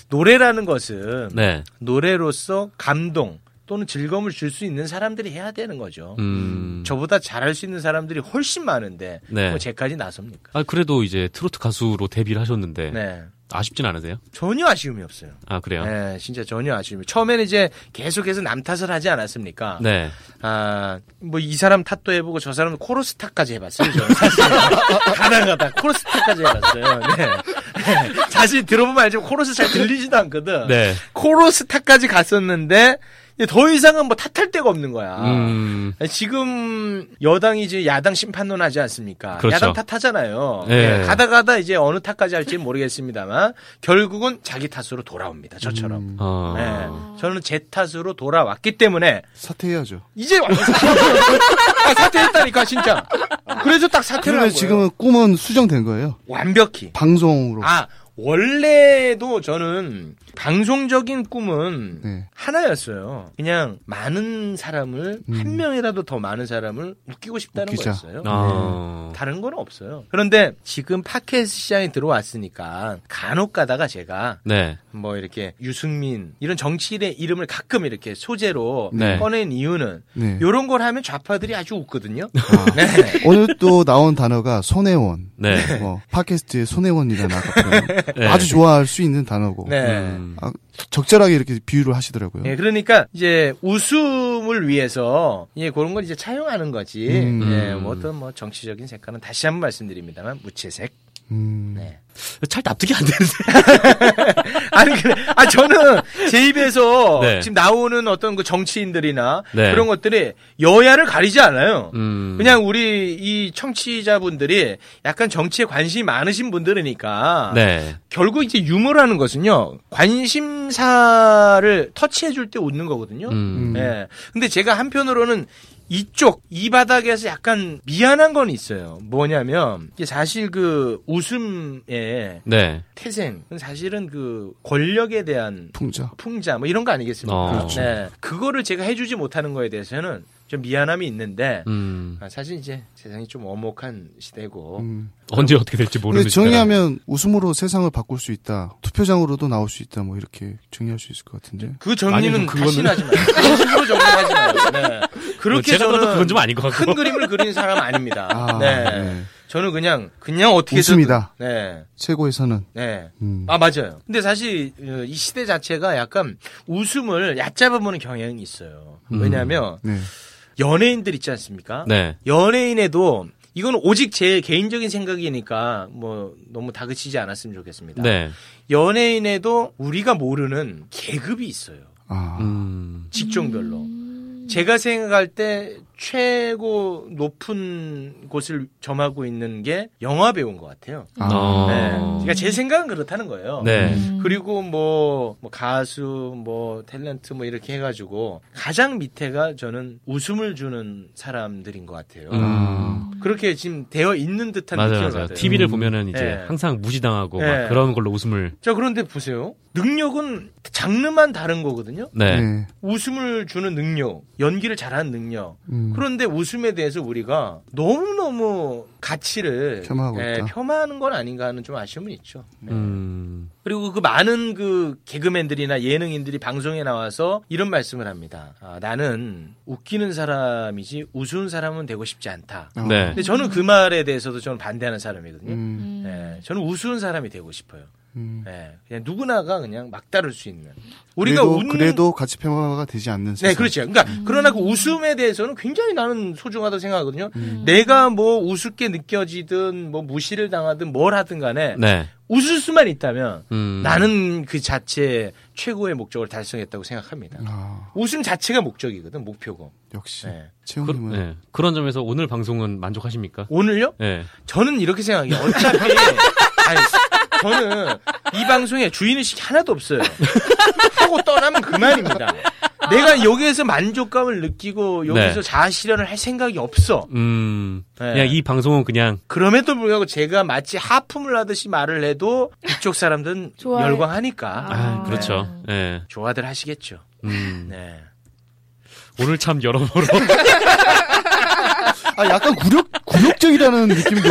D: 노래라는 것은
A: 네.
D: 노래로서 감동 또는 즐거움을 줄 수 있는 사람들이 해야 되는 거죠.
A: 음.
D: 저보다 잘할 수 있는 사람들이 훨씬 많은데
A: 네.
D: 뭐 제까지 나섭니까?
A: 아, 그래도 이제 트로트 가수로 데뷔를 하셨는데.
D: 네.
A: 아쉽진 않으세요?
D: 전혀 아쉬움이 없어요.
A: 아, 그래요?
D: 네, 진짜 전혀 아쉬움이. 처음에는 이제 계속해서 남 탓을 하지 않았습니까?
A: 네.
D: 아, 뭐 이 사람 탓도 해보고 저 사람 코러스 탓까지 해봤어요. 저는 사실 가능하다. 코러스 탓까지 해봤어요. 네. 네. 사실 들어보면 알지만 코러스 잘 들리지도 않거든.
A: 네.
D: 코러스 탓까지 갔었는데 이제 더 이상은 뭐 탓할 데가 없는 거야.
A: 음.
D: 지금 여당이 이제 야당 심판론 하지 않습니까?
A: 그렇죠.
D: 야당 탓하잖아요.
A: 예.
D: 예, 가다 가다 이제 어느 탓까지 할지 는 모르겠습니다만 결국은 자기 탓으로 돌아옵니다. 저처럼.
C: 음.
A: 어.
C: 아.
D: 예, 저는 제 탓으로 돌아왔기 때문에
C: 사퇴해야죠.
D: 이제 완전 사- 아, 사퇴했다니까 진짜. 그래서 딱 사퇴를 한
C: 그러면
D: 거예요.
C: 지금은 꿈은 수정된 거예요.
D: 완벽히.
C: 방송으로.
D: 아 원래도 저는 방송적인 꿈은
C: 네.
D: 하나였어요. 그냥 많은 사람을 한
C: 음.
D: 명이라도 더 많은 사람을 웃기고 싶다는
C: 웃기자.
D: 거였어요.
A: 어.
D: 다른 건 없어요. 그런데 지금 팟캐스트 시장에 들어왔으니까 간혹 가다가 제가
A: 네.
D: 뭐 이렇게 유승민 이런 정치인의 이름을 가끔 이렇게 소재로
A: 네.
D: 꺼낸 이유는
C: 네.
D: 요런 걸 하면 좌파들이 아주 웃거든요.
C: 아.
D: 네.
C: 오늘 또 나온 단어가 손혜원.
A: 네.
C: 뭐 팟캐스트의 손혜원이라는 아까
A: 네.
C: 아주 좋아할 수 있는 단어고
D: 네.
A: 음.
C: 아, 적절하게 이렇게 비유를 하시더라고요.
D: 예, 그러니까 이제 웃음을 위해서 예, 그런 걸 이제 차용하는 거지.
C: 음.
D: 예, 뭐 어떤 뭐 정치적인 색깔은 다시 한번 말씀드립니다만 무채색.
C: 음.
D: 네.
A: 잘 납득이 안 되는데.
D: 아니 그래. 아 저는 제 입에서
A: 네.
D: 지금 나오는 어떤 그 정치인들이나
A: 네.
D: 그런 것들이 여야를 가리지 않아요.
A: 음.
D: 그냥 우리 이 청취자분들이 약간 정치에 관심이 많으신 분들이니까
A: 네.
D: 결국 이제 유머라는 것은요 관심사를 터치해 줄 때 웃는 거거든요.
A: 음.
C: 음.
D: 예. 근데 제가 한편으로는 이쪽 이 바닥에서 약간 미안한 건 있어요. 뭐냐면 이게 사실 그 웃음의
A: 네.
D: 태생 사실은 그 권력에 대한
C: 풍자.
D: 풍자 뭐 이런 거 아니겠습니까?
A: 어.
C: 그렇죠.
D: 네. 그거를 제가 해주지 못하는 거에 대해서는 좀 미안함이 있는데
A: 음.
D: 아, 사실 이제 세상이 좀 엄혹한 시대고
C: 음.
A: 언제 어떻게 될지 모르는
C: 근데 정의하면 웃음으로 세상을 바꿀 수 있다. 투표장으로도 나올 수 있다. 뭐 이렇게 정의할 수 있을 것 같은데.
D: 그
A: 아니,
D: 정리는
A: 그거는- 뭐
D: 다시는 하지 마요. 스스로 정리하지 마요. 네. 그렇게
A: 제가 들어도
D: 저는
A: 그건 좀 아닌 것 같고.
D: 큰 그림을 그리는 사람 아닙니다.
C: 아,
D: 네.
C: 네.
D: 저는 그냥 그냥 어떻게 해서
C: 웃음이다.
D: 네.
C: 최고에서는.
D: 네.
C: 음.
D: 아 맞아요. 근데 사실 어, 이 시대 자체가 약간 웃음을 얕잡아보는 경향이 있어요. 왜냐하면
C: 네.
D: 연예인들 있지 않습니까?
A: 네.
D: 연예인에도 이건 오직 제 개인적인 생각이니까 뭐 너무 다그치지 않았으면 좋겠습니다.
A: 네.
D: 연예인에도 우리가 모르는 계급이 있어요.
C: 아.
A: 음.
D: 직종별로.
B: 음.
D: 제가 생각할 때 최고 높은 곳을 점하고 있는 게 영화 배우인 것 같아요.
C: 아.
A: 어.
D: 네. 그러니까 제 생각은 그렇다는 거예요.
A: 네.
B: 음.
D: 그리고 뭐, 뭐 가수, 뭐 탤런트 뭐 이렇게 해가지고 가장 밑에가 저는 웃음을 주는 사람들인 것 같아요.
A: 음.
D: 그렇게 지금 되어 있는 듯한
A: 맞아요,
D: 느낌을
A: 맞아요.
D: 받아요.
A: TV를 보면은 이제
D: 음. 네.
A: 항상 무시당하고 막
D: 네.
A: 그런 걸로 웃음을.
D: 자 그런데 보세요. 능력은 장르만 다른 거거든요.
A: 네.
C: 네.
D: 웃음을 주는 능력, 연기를 잘하는 능력.
C: 음.
D: 그런데 웃음에 대해서 우리가 너무 너무 가치를 예,
C: 폄하하고 있다.
D: 폄하하는 건 아닌가 하는 좀 아쉬움은 있죠. 네.
A: 음.
D: 그리고 그 많은 그 개그맨들이나 예능인들이 방송에 나와서 이런 말씀을 합니다. 아, 나는 웃기는 사람이지 우스운 사람은 되고 싶지 않다.
C: 어.
A: 네.
D: 근데 저는 그 말에 대해서도 저는 반대하는 사람이거든요.
C: 음.
D: 예, 저는 우스운 사람이 되고 싶어요.
C: 음.
D: 예, 그냥 누구나가 그냥 막다를 수 있는. 우리가
C: 그래도,
D: 웃는
C: 그래도 같이 평화가 되지 않는 세상.
D: 네, 그렇죠. 그러니까 그러나 그 웃음에 대해서는 굉장히 나는 소중하다고 생각하거든요.
B: 음.
C: 음.
D: 내가 뭐 우습게 느껴지든 뭐 무시를 당하든 뭘 하든 간에
A: 네.
D: 웃을 수만 있다면
A: 음.
D: 나는 그 자체의 최고의 목적을 달성했다고 생각합니다.
C: 아,
D: 웃음 자체가 목적이거든, 목표고.
C: 역시
D: 네.
A: 그,
C: 채용님은
A: 네. 그런 점에서 오늘 방송은 만족하십니까?
D: 오늘요?
A: 네.
D: 저는 이렇게 생각해요. 어차피 아니, 저는 이 방송에 주인의식이 하나도 없어요. 하고 떠나면 그만입니다. 내가 여기에서 만족감을 느끼고 여기서
A: 네.
D: 자아실현을 할 생각이 없어.
A: 음.
D: 네.
A: 그냥 이 방송은 그냥
D: 그럼에도 불구하고 제가 마치 하품을 하듯이 말을 해도 이쪽 사람들은
B: 좋아해.
D: 열광하니까
A: 아,
B: 아.
A: 그렇죠. 네.
D: 좋아들 하시겠죠.
A: 음.
D: 네.
A: 오늘 참 여러모로
C: 아 약간 굴욕 굴욕적이라는 느낌도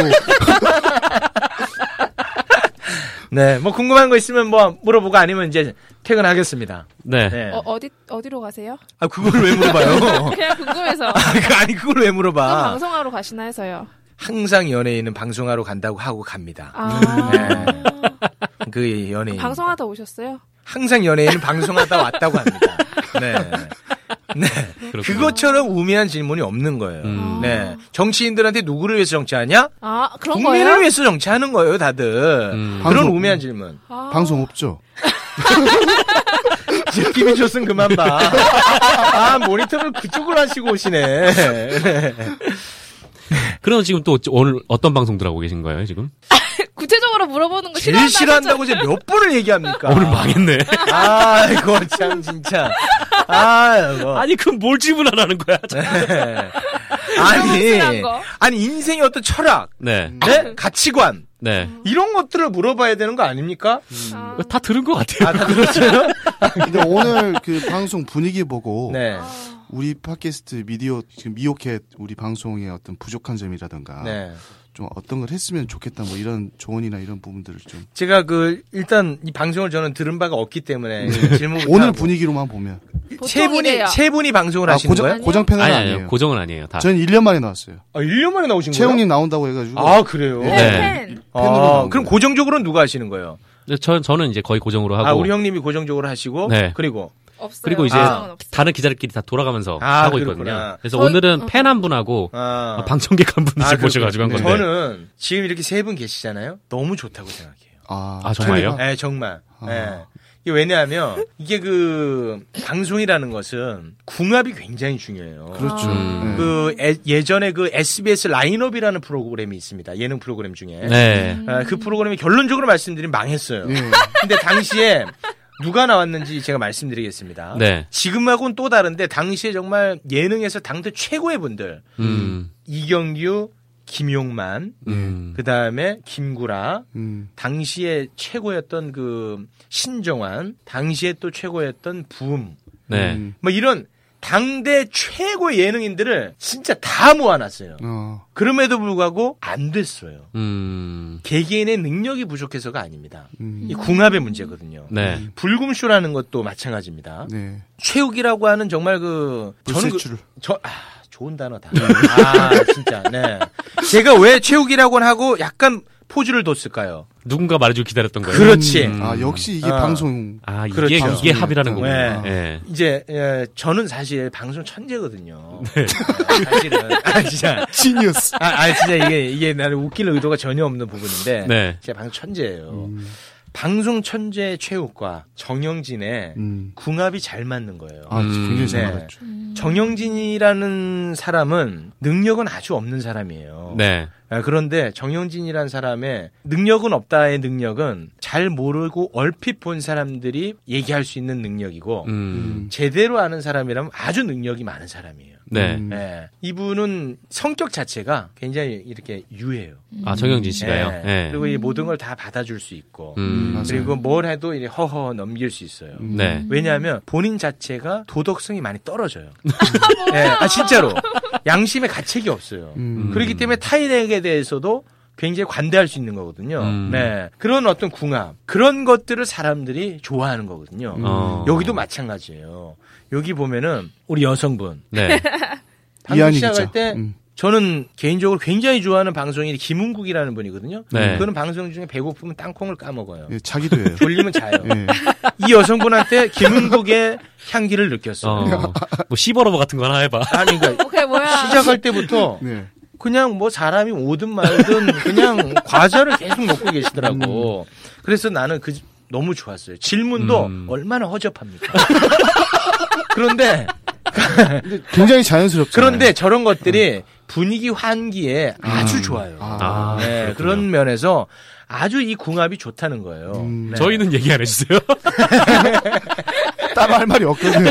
D: 네, 뭐 궁금한 거 있으면 뭐 물어보고 아니면 이제 퇴근하겠습니다.
A: 네.
D: 네.
B: 어, 어디 어디로 가세요?
D: 아, 그걸 왜 물어봐요?
B: 그냥 궁금해서
D: 아니, 그걸 왜 물어봐?
B: 방송하러 가시나 해서요.
D: 항상 연예인은 방송하러 간다고 하고 갑니다.
B: 아.
D: 네. 그 연예인.
B: 방송하다 오셨어요?
D: 항상 연예인은 방송하다 왔다고 합니다. 네. 네.
A: 그렇군요.
D: 그것처럼 우매한 질문이 없는 거예요.
A: 음.
D: 네. 정치인들한테 누구를 위해서 정치하냐?
B: 아, 그런
D: 국민을
B: 거예요?
D: 위해서 정치하는 거예요, 다들.
A: 음.
D: 그런
C: 방송-
D: 우매한 질문.
B: 아.
C: 방송 없죠.
D: 김이 줬으면 그만 봐. 아, 모니터를 그쪽으로 하시고 오시네.
A: 그럼 지금 또 어찌- 오늘 어떤 방송 들하고 계신 거예요, 지금?
B: 구체적으로 물어보는 거
D: 제일
B: 싫어한다.
D: 싫어한다고 제가 몇 번을 얘기합니까?
A: 오늘 망했네.
D: 아. 아이고, 참, 진짜. 아이고.
A: 아니, 그럼 뭘 질문하라는 거야?
D: 네. 아니,
B: 당황스러운 거.
D: 아니 인생의 어떤 철학,
A: 네.
D: 네? 가치관
A: 네.
D: 이런 것들을 물어봐야 되는 거 아닙니까?
B: 아.
A: 다 들은 것 같아요.
D: 아, 그렇죠.
C: 근데 오늘 그 방송 분위기 보고
D: 네,
C: 우리 팟캐스트 미디어 지금 미오캣 우리 방송의 어떤 부족한 점이라든가
D: 네.
C: 좀 어떤 걸 했으면 좋겠다 뭐 이런 조언이나 이런 부분들을 좀
D: 제가 그 일단 이 방송을 저는 들은 바가 없기 때문에 질문
C: 오늘 분위기로만 보면
D: 세 분이
B: 보통이래요.
D: 세 분이 방송을
C: 아,
D: 하시는
C: 고정
D: 거예요?
C: 고정 팬은
A: 아니,
C: 아니에요.
A: 아니요. 고정은 아니에요. 다.
C: 전 1년 만에 나왔어요.
D: 아, 1년 만에 나오신 거예요?
C: 채용님 나온다고 해가지고
D: 아, 그래요?
A: 네.
B: 팬, 팬.
D: 아,
C: 팬으로 나온
D: 그럼
C: 거예요.
D: 고정적으로는 누가 하시는 거예요?
A: 저, 저는 이제 거의 고정으로 하고
D: 아 우리 형님이 고정적으로 하시고
A: 네.
D: 그리고
B: 없어요. 아.
A: 그리고 이제
B: 상관없어요.
A: 다른 기자들끼리 다 돌아가면서
D: 아,
A: 하고
D: 그렇구나.
A: 있거든요. 그래서
B: 저희-
A: 오늘은
B: 어.
A: 팬 한 분하고
D: 아,
A: 방청객 한 분을
D: 그렇군요.
A: 모셔가지고 한
D: 네.
A: 건데.
D: 저는 지금 이렇게 세 분 계시잖아요. 너무 좋다고 생각해요.
C: 아,
A: 아, 정말요?
D: 네, 정말.
C: 아.
D: 네. 이게 왜냐하면 이게 그 방송이라는 것은 궁합이 굉장히 중요해요.
C: 그렇죠.
A: 음.
C: 네.
D: 그 예- 예전에 그 SBS 라인업이라는 프로그램이 있습니다. 예능 프로그램 중에.
A: 네.
D: 아, 그 프로그램이 결론적으로 말씀드리면 망했어요.
C: 예.
D: 근데 당시에 누가 나왔는지 제가 말씀드리겠습니다.
A: 네.
D: 지금하고는 또 다른데 당시에 정말 예능에서 당대 최고의 분들
A: 음.
D: 이경규, 김용만,
A: 음.
D: 그 다음에 김구라,
C: 음.
D: 당시에 최고였던 그 신정환, 당시에 또 최고였던 부음,
A: 네.
C: 음.
D: 뭐 이런 당대 최고 의 예능인들을 진짜 다 모아놨어요.
A: 네.
C: 어.
D: 그럼에도 불구하고 안 됐어요.
A: 음.
D: 개개인의 능력이 부족해서가 아닙니다.
C: 음.
D: 이 궁합의 문제거든요.
A: 네.
D: 불금쇼라는 것도 마찬가지입니다.
C: 네.
D: 최욱이라고 하는 정말 그 저는 그-
C: 불세출.
D: 저, 아, 좋은 단어다. 아, 진짜. 네. 제가 왜 최욱이라고 하고 약간 포즈를 뒀을까요?
A: 누군가 말해주고 기다렸던 거예요.
D: 그렇지.
A: 음.
C: 아, 역시 이게
D: 아.
C: 방송.
A: 아, 이게,
D: 그렇죠.
A: 이게 합이라는
C: 네.
A: 거군요. 예.
D: 이제 예, 저는 사실 방송 천재거든요.
A: 네.
D: 아, 사실은 아 진짜
C: 지니어스.
D: 아, 아, 진짜 이게 이게 나를 웃기는 의도가 전혀 없는 부분인데
A: 네.
D: 제가 방송 천재예요.
C: 음.
D: 방송 천재 최욱과 정영진의
C: 음.
D: 궁합이 잘 맞는 거예요.
C: 아,
A: 음.
C: 굉장히 잘
D: 네.
C: 말했죠.
D: 정영진이라는 사람은 능력은 아주 없는 사람이에요.
A: 네.
D: 아, 그런데 정영진이라는 사람의 능력은 없다의 능력은 잘 모르고 얼핏 본 사람들이 얘기할 수 있는 능력이고
A: 음.
D: 제대로 아는 사람이라면 아주 능력이 많은 사람이에요.
A: 네.
C: 음.
D: 예. 이분은 성격 자체가 굉장히 이렇게 유해요.
A: 아, 정영진 씨가요?
D: 예.
A: 예.
D: 그리고 이 모든 걸 다 받아줄 수 있고
A: 음.
C: 맞아요.
D: 그리고 뭘 해도 이렇게 허허 넘길 수 있어요.
A: 네.
D: 왜냐하면 본인 자체가 도덕성이 많이 떨어져요. 예, 아 진짜로 양심의 가책이 없어요.
C: 음.
D: 그렇기 때문에 타인에게 대해서도 굉장히 관대할 수 있는 거거든요.
A: 음.
D: 네, 그런 어떤 궁합 그런 것들을 사람들이 좋아하는 거거든요.
A: 어.
D: 음. 여기도 마찬가지예요. 여기 보면은 우리 여성분
A: 네.
D: 방송
C: 이한희
D: 그 시작할
C: 기자.
D: 때
C: 음.
D: 저는 개인적으로 굉장히 좋아하는 방송인이 김은국이라는 분이거든요.
A: 네.
D: 그는 방송 중에 배고프면 땅콩을 까먹어요.
C: 예, 자기도예요.
D: 졸리면 자요.
C: 예.
D: 이 여성분한테 김은국의 향기를 느꼈어요.
A: 어. 뭐, 시버러버 같은 거 하나 해봐.
D: 아니 그러니까
B: 오케이 뭐야.
D: 시작할 때부터
C: 네.
D: 그냥 뭐 사람이 오든 말든 그냥 과자를 계속 먹고 계시더라고. 그래서 나는 그 집 너무 좋았어요. 질문도
A: 음.
D: 얼마나 허접합니까? 그런데
C: 굉장히 자연스럽죠.
A: 네.
D: 그런데 저런 것들이 분위기 환기에 아주 좋아요.
A: 음. 아.
D: 네, 그런 면에서 아주 이 궁합이 좋다는 거예요.
C: 음.
D: 네.
A: 저희는 얘기 안 해주세요.
C: 따로 할 말이 없거든요.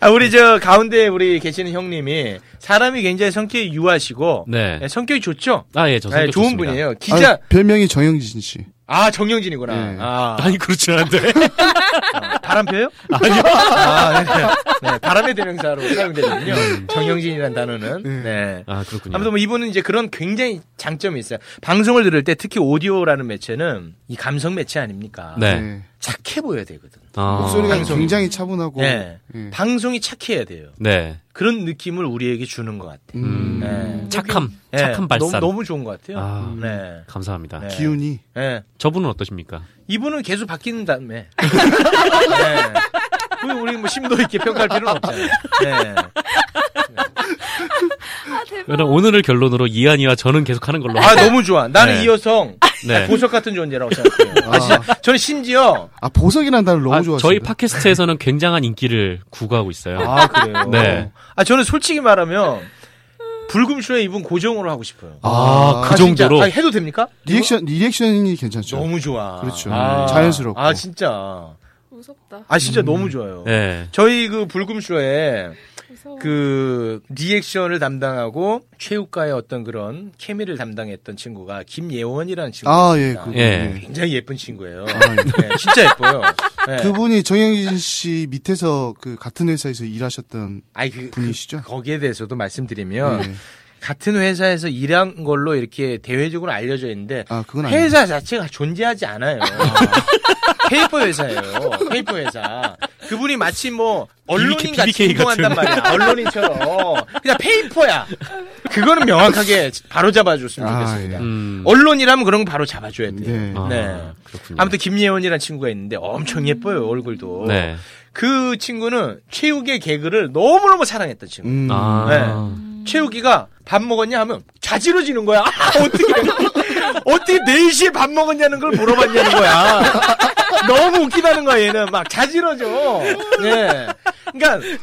D: 아, 우리 저 가운데 우리 계시는 형님이 사람이 굉장히 성격이 유하시고
A: 네.
D: 네, 성격이 좋죠.
A: 아, 예, 저
D: 네,
A: 성격
D: 좋은
A: 좋습니다.
D: 분이에요. 기자
C: 아, 별명이 정영진 씨.
D: 아, 정영진이구나.
C: 네.
D: 아,
A: 아니, 그렇진 않은데.
D: 바람 펴요? 아니요. 네, 네. 바람의 대명사로 사용되거든요. 정영진이라는 단어는. 네.
A: 아, 네. 그렇군요.
D: 아무튼 뭐 이분은 이제 그런 굉장히 장점이 있어요. 방송을 들을 때 특히 오디오라는 매체는 이 감성 매체 아닙니까?
A: 네.
C: 예.
D: 착해 보여야 되거든.
A: 아.
C: 목소리가
D: 방송이.
C: 굉장히 차분하고.
D: 네.
A: 음.
C: 예.
D: 방송이 착해야 돼요.
A: 네.
D: 그런 느낌을 우리에게 주는 것 같아요.
A: 음.
D: 네.
A: 착함.
D: 네,
A: 착함 발산.
D: 너무, 너무 좋은 것 같아요.
A: 아.
D: 네.
A: 감사합니다.
D: 네.
C: 기운이.
D: 네.
A: 저분은 어떠십니까?
D: 이분은 계속 바뀌는 다음에. 네. 우리, 우리 뭐 심도 있게 평가할 필요는 없잖아요. 네.
A: 그럼 오늘을 결론으로 이한이와 저는 계속 하는 걸로.
D: 아, 너무 좋아. 나는
A: 네.
D: 이 여성.
A: 네.
D: 보석 같은 존재라고 생각해요. 아, 진짜. 저는 심지어.
C: 아, 보석이라는 단어를 너무
A: 아,
C: 좋아하시요
A: 저희 팟캐스트에서는 굉장한 인기를 구가하고 있어요.
D: 아, 그래요?
A: 네.
D: 아, 저는 솔직히 말하면, 불금쇼에 이분 고정으로 하고 싶어요.
A: 아, 그
D: 아, 진짜.
A: 정도로?
D: 아, 해도 됩니까?
C: 리액션, 리액션이 괜찮죠.
D: 너무 좋아.
C: 그렇죠.
D: 아,
C: 자연스럽고. 음.
D: 아, 진짜.
B: 무섭다.
D: 아, 진짜 너무 좋아요.
A: 네.
D: 저희 그 불금쇼에
B: 무서워.
D: 그 리액션을 담당하고 최욱과의 어떤 그런 케미를 담당했던 친구가 김예원이라는 친구가
C: 아, 예.
D: 있습니다.
C: 그,
A: 예.
D: 굉장히 예쁜
C: 아,
D: 친구예요.
C: 예.
D: 네, 진짜 예뻐요. 네.
C: 그분이 정영진 씨 밑에서 그 같은 회사에서 일하셨던
D: 아이 그, 그-
C: 분이시죠?
D: 거기에 대해서도 말씀드리면
C: 예.
D: 같은 회사에서 일한 걸로 이렇게 대외적으로 알려져 있는데
C: 아, 그건 아니에요. 아.
D: 회사 자체가 존재하지 않아요. 페이퍼 회사예요. 페이퍼 회사. 그분이 마치 뭐 언론인 같이
A: BBK 같은.
D: 행동한단 말이야. 언론인처럼 그냥 페이퍼야. 그거는 명확하게 바로 잡아줬으면
C: 아,
D: 좋겠습니다.
C: 예.
A: 음.
D: 언론이라면 그런 거 바로 잡아줘야 돼.
C: 네.
D: 요
A: 아,
D: 네.
A: 그렇군요.
D: 아무튼 김예원이라는 친구가 있는데 엄청 예뻐요 얼굴도.
A: 네.
D: 그 친구는 최욱의 개그를 너무너무 사랑했던 친구.
C: 음.
A: 아.
D: 최욱이가 밥 먹었냐 하면 좌지러지는 거야. 아, 어떻게 어떻게 4시에 밥 먹었냐는 걸 물어봤냐는 거야. 너무 웃기다는 거야 얘는 막 좌지러져. 네. 그러니까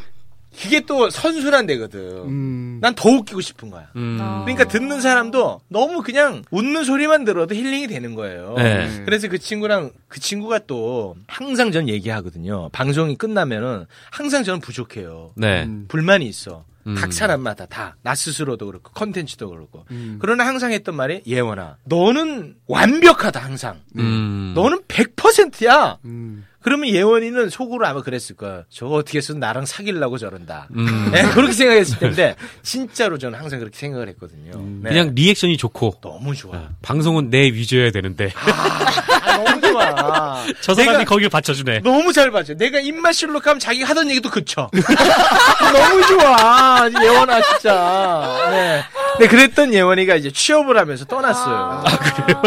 D: 그게 또 선순환 되거든.
C: 음.
D: 난 더 웃기고 싶은 거야.
A: 음.
B: 아.
D: 그러니까 듣는 사람도 너무 그냥 웃는 소리만 들어도 힐링이 되는 거예요.
A: 네.
C: 네.
D: 그래서 그 친구랑 그 친구가 또 항상 전 얘기하거든요. 방송이 끝나면은 항상 저는 부족해요.
A: 네.
C: 음.
D: 불만이 있어.
A: 음.
D: 각 사람마다 다. 나 스스로도 그렇고 컨텐츠도 그렇고.
C: 음.
D: 그러나 항상 했던 말이 예원아. 너는 완벽하다 항상.
A: 음.
D: 너는 100%야.
C: 음.
D: 그러면 예원이는 속으로 아마 그랬을 거야. 저거 어떻게 해서 나랑 사귀려고 저런다.
A: 음.
D: 네, 그렇게 생각했을 텐데 진짜로 저는 항상 그렇게 생각을 했거든요.
C: 음.
D: 네.
A: 그냥 리액션이 좋고
D: 너무 좋아.
A: 아, 방송은 내 위주여야 되는데
D: 아, 너무 좋아.
A: 저 사람이
D: 내가
A: 거길 받쳐주네.
D: 너무 잘 봐줘. 내가 입맛 실룩하면 자기가 하던 얘기도 그쳐. 너무 좋아. 예원아, 진짜. 네. 네, 그랬던 예원이가 이제 취업을 하면서
A: 아,
D: 떠났어요.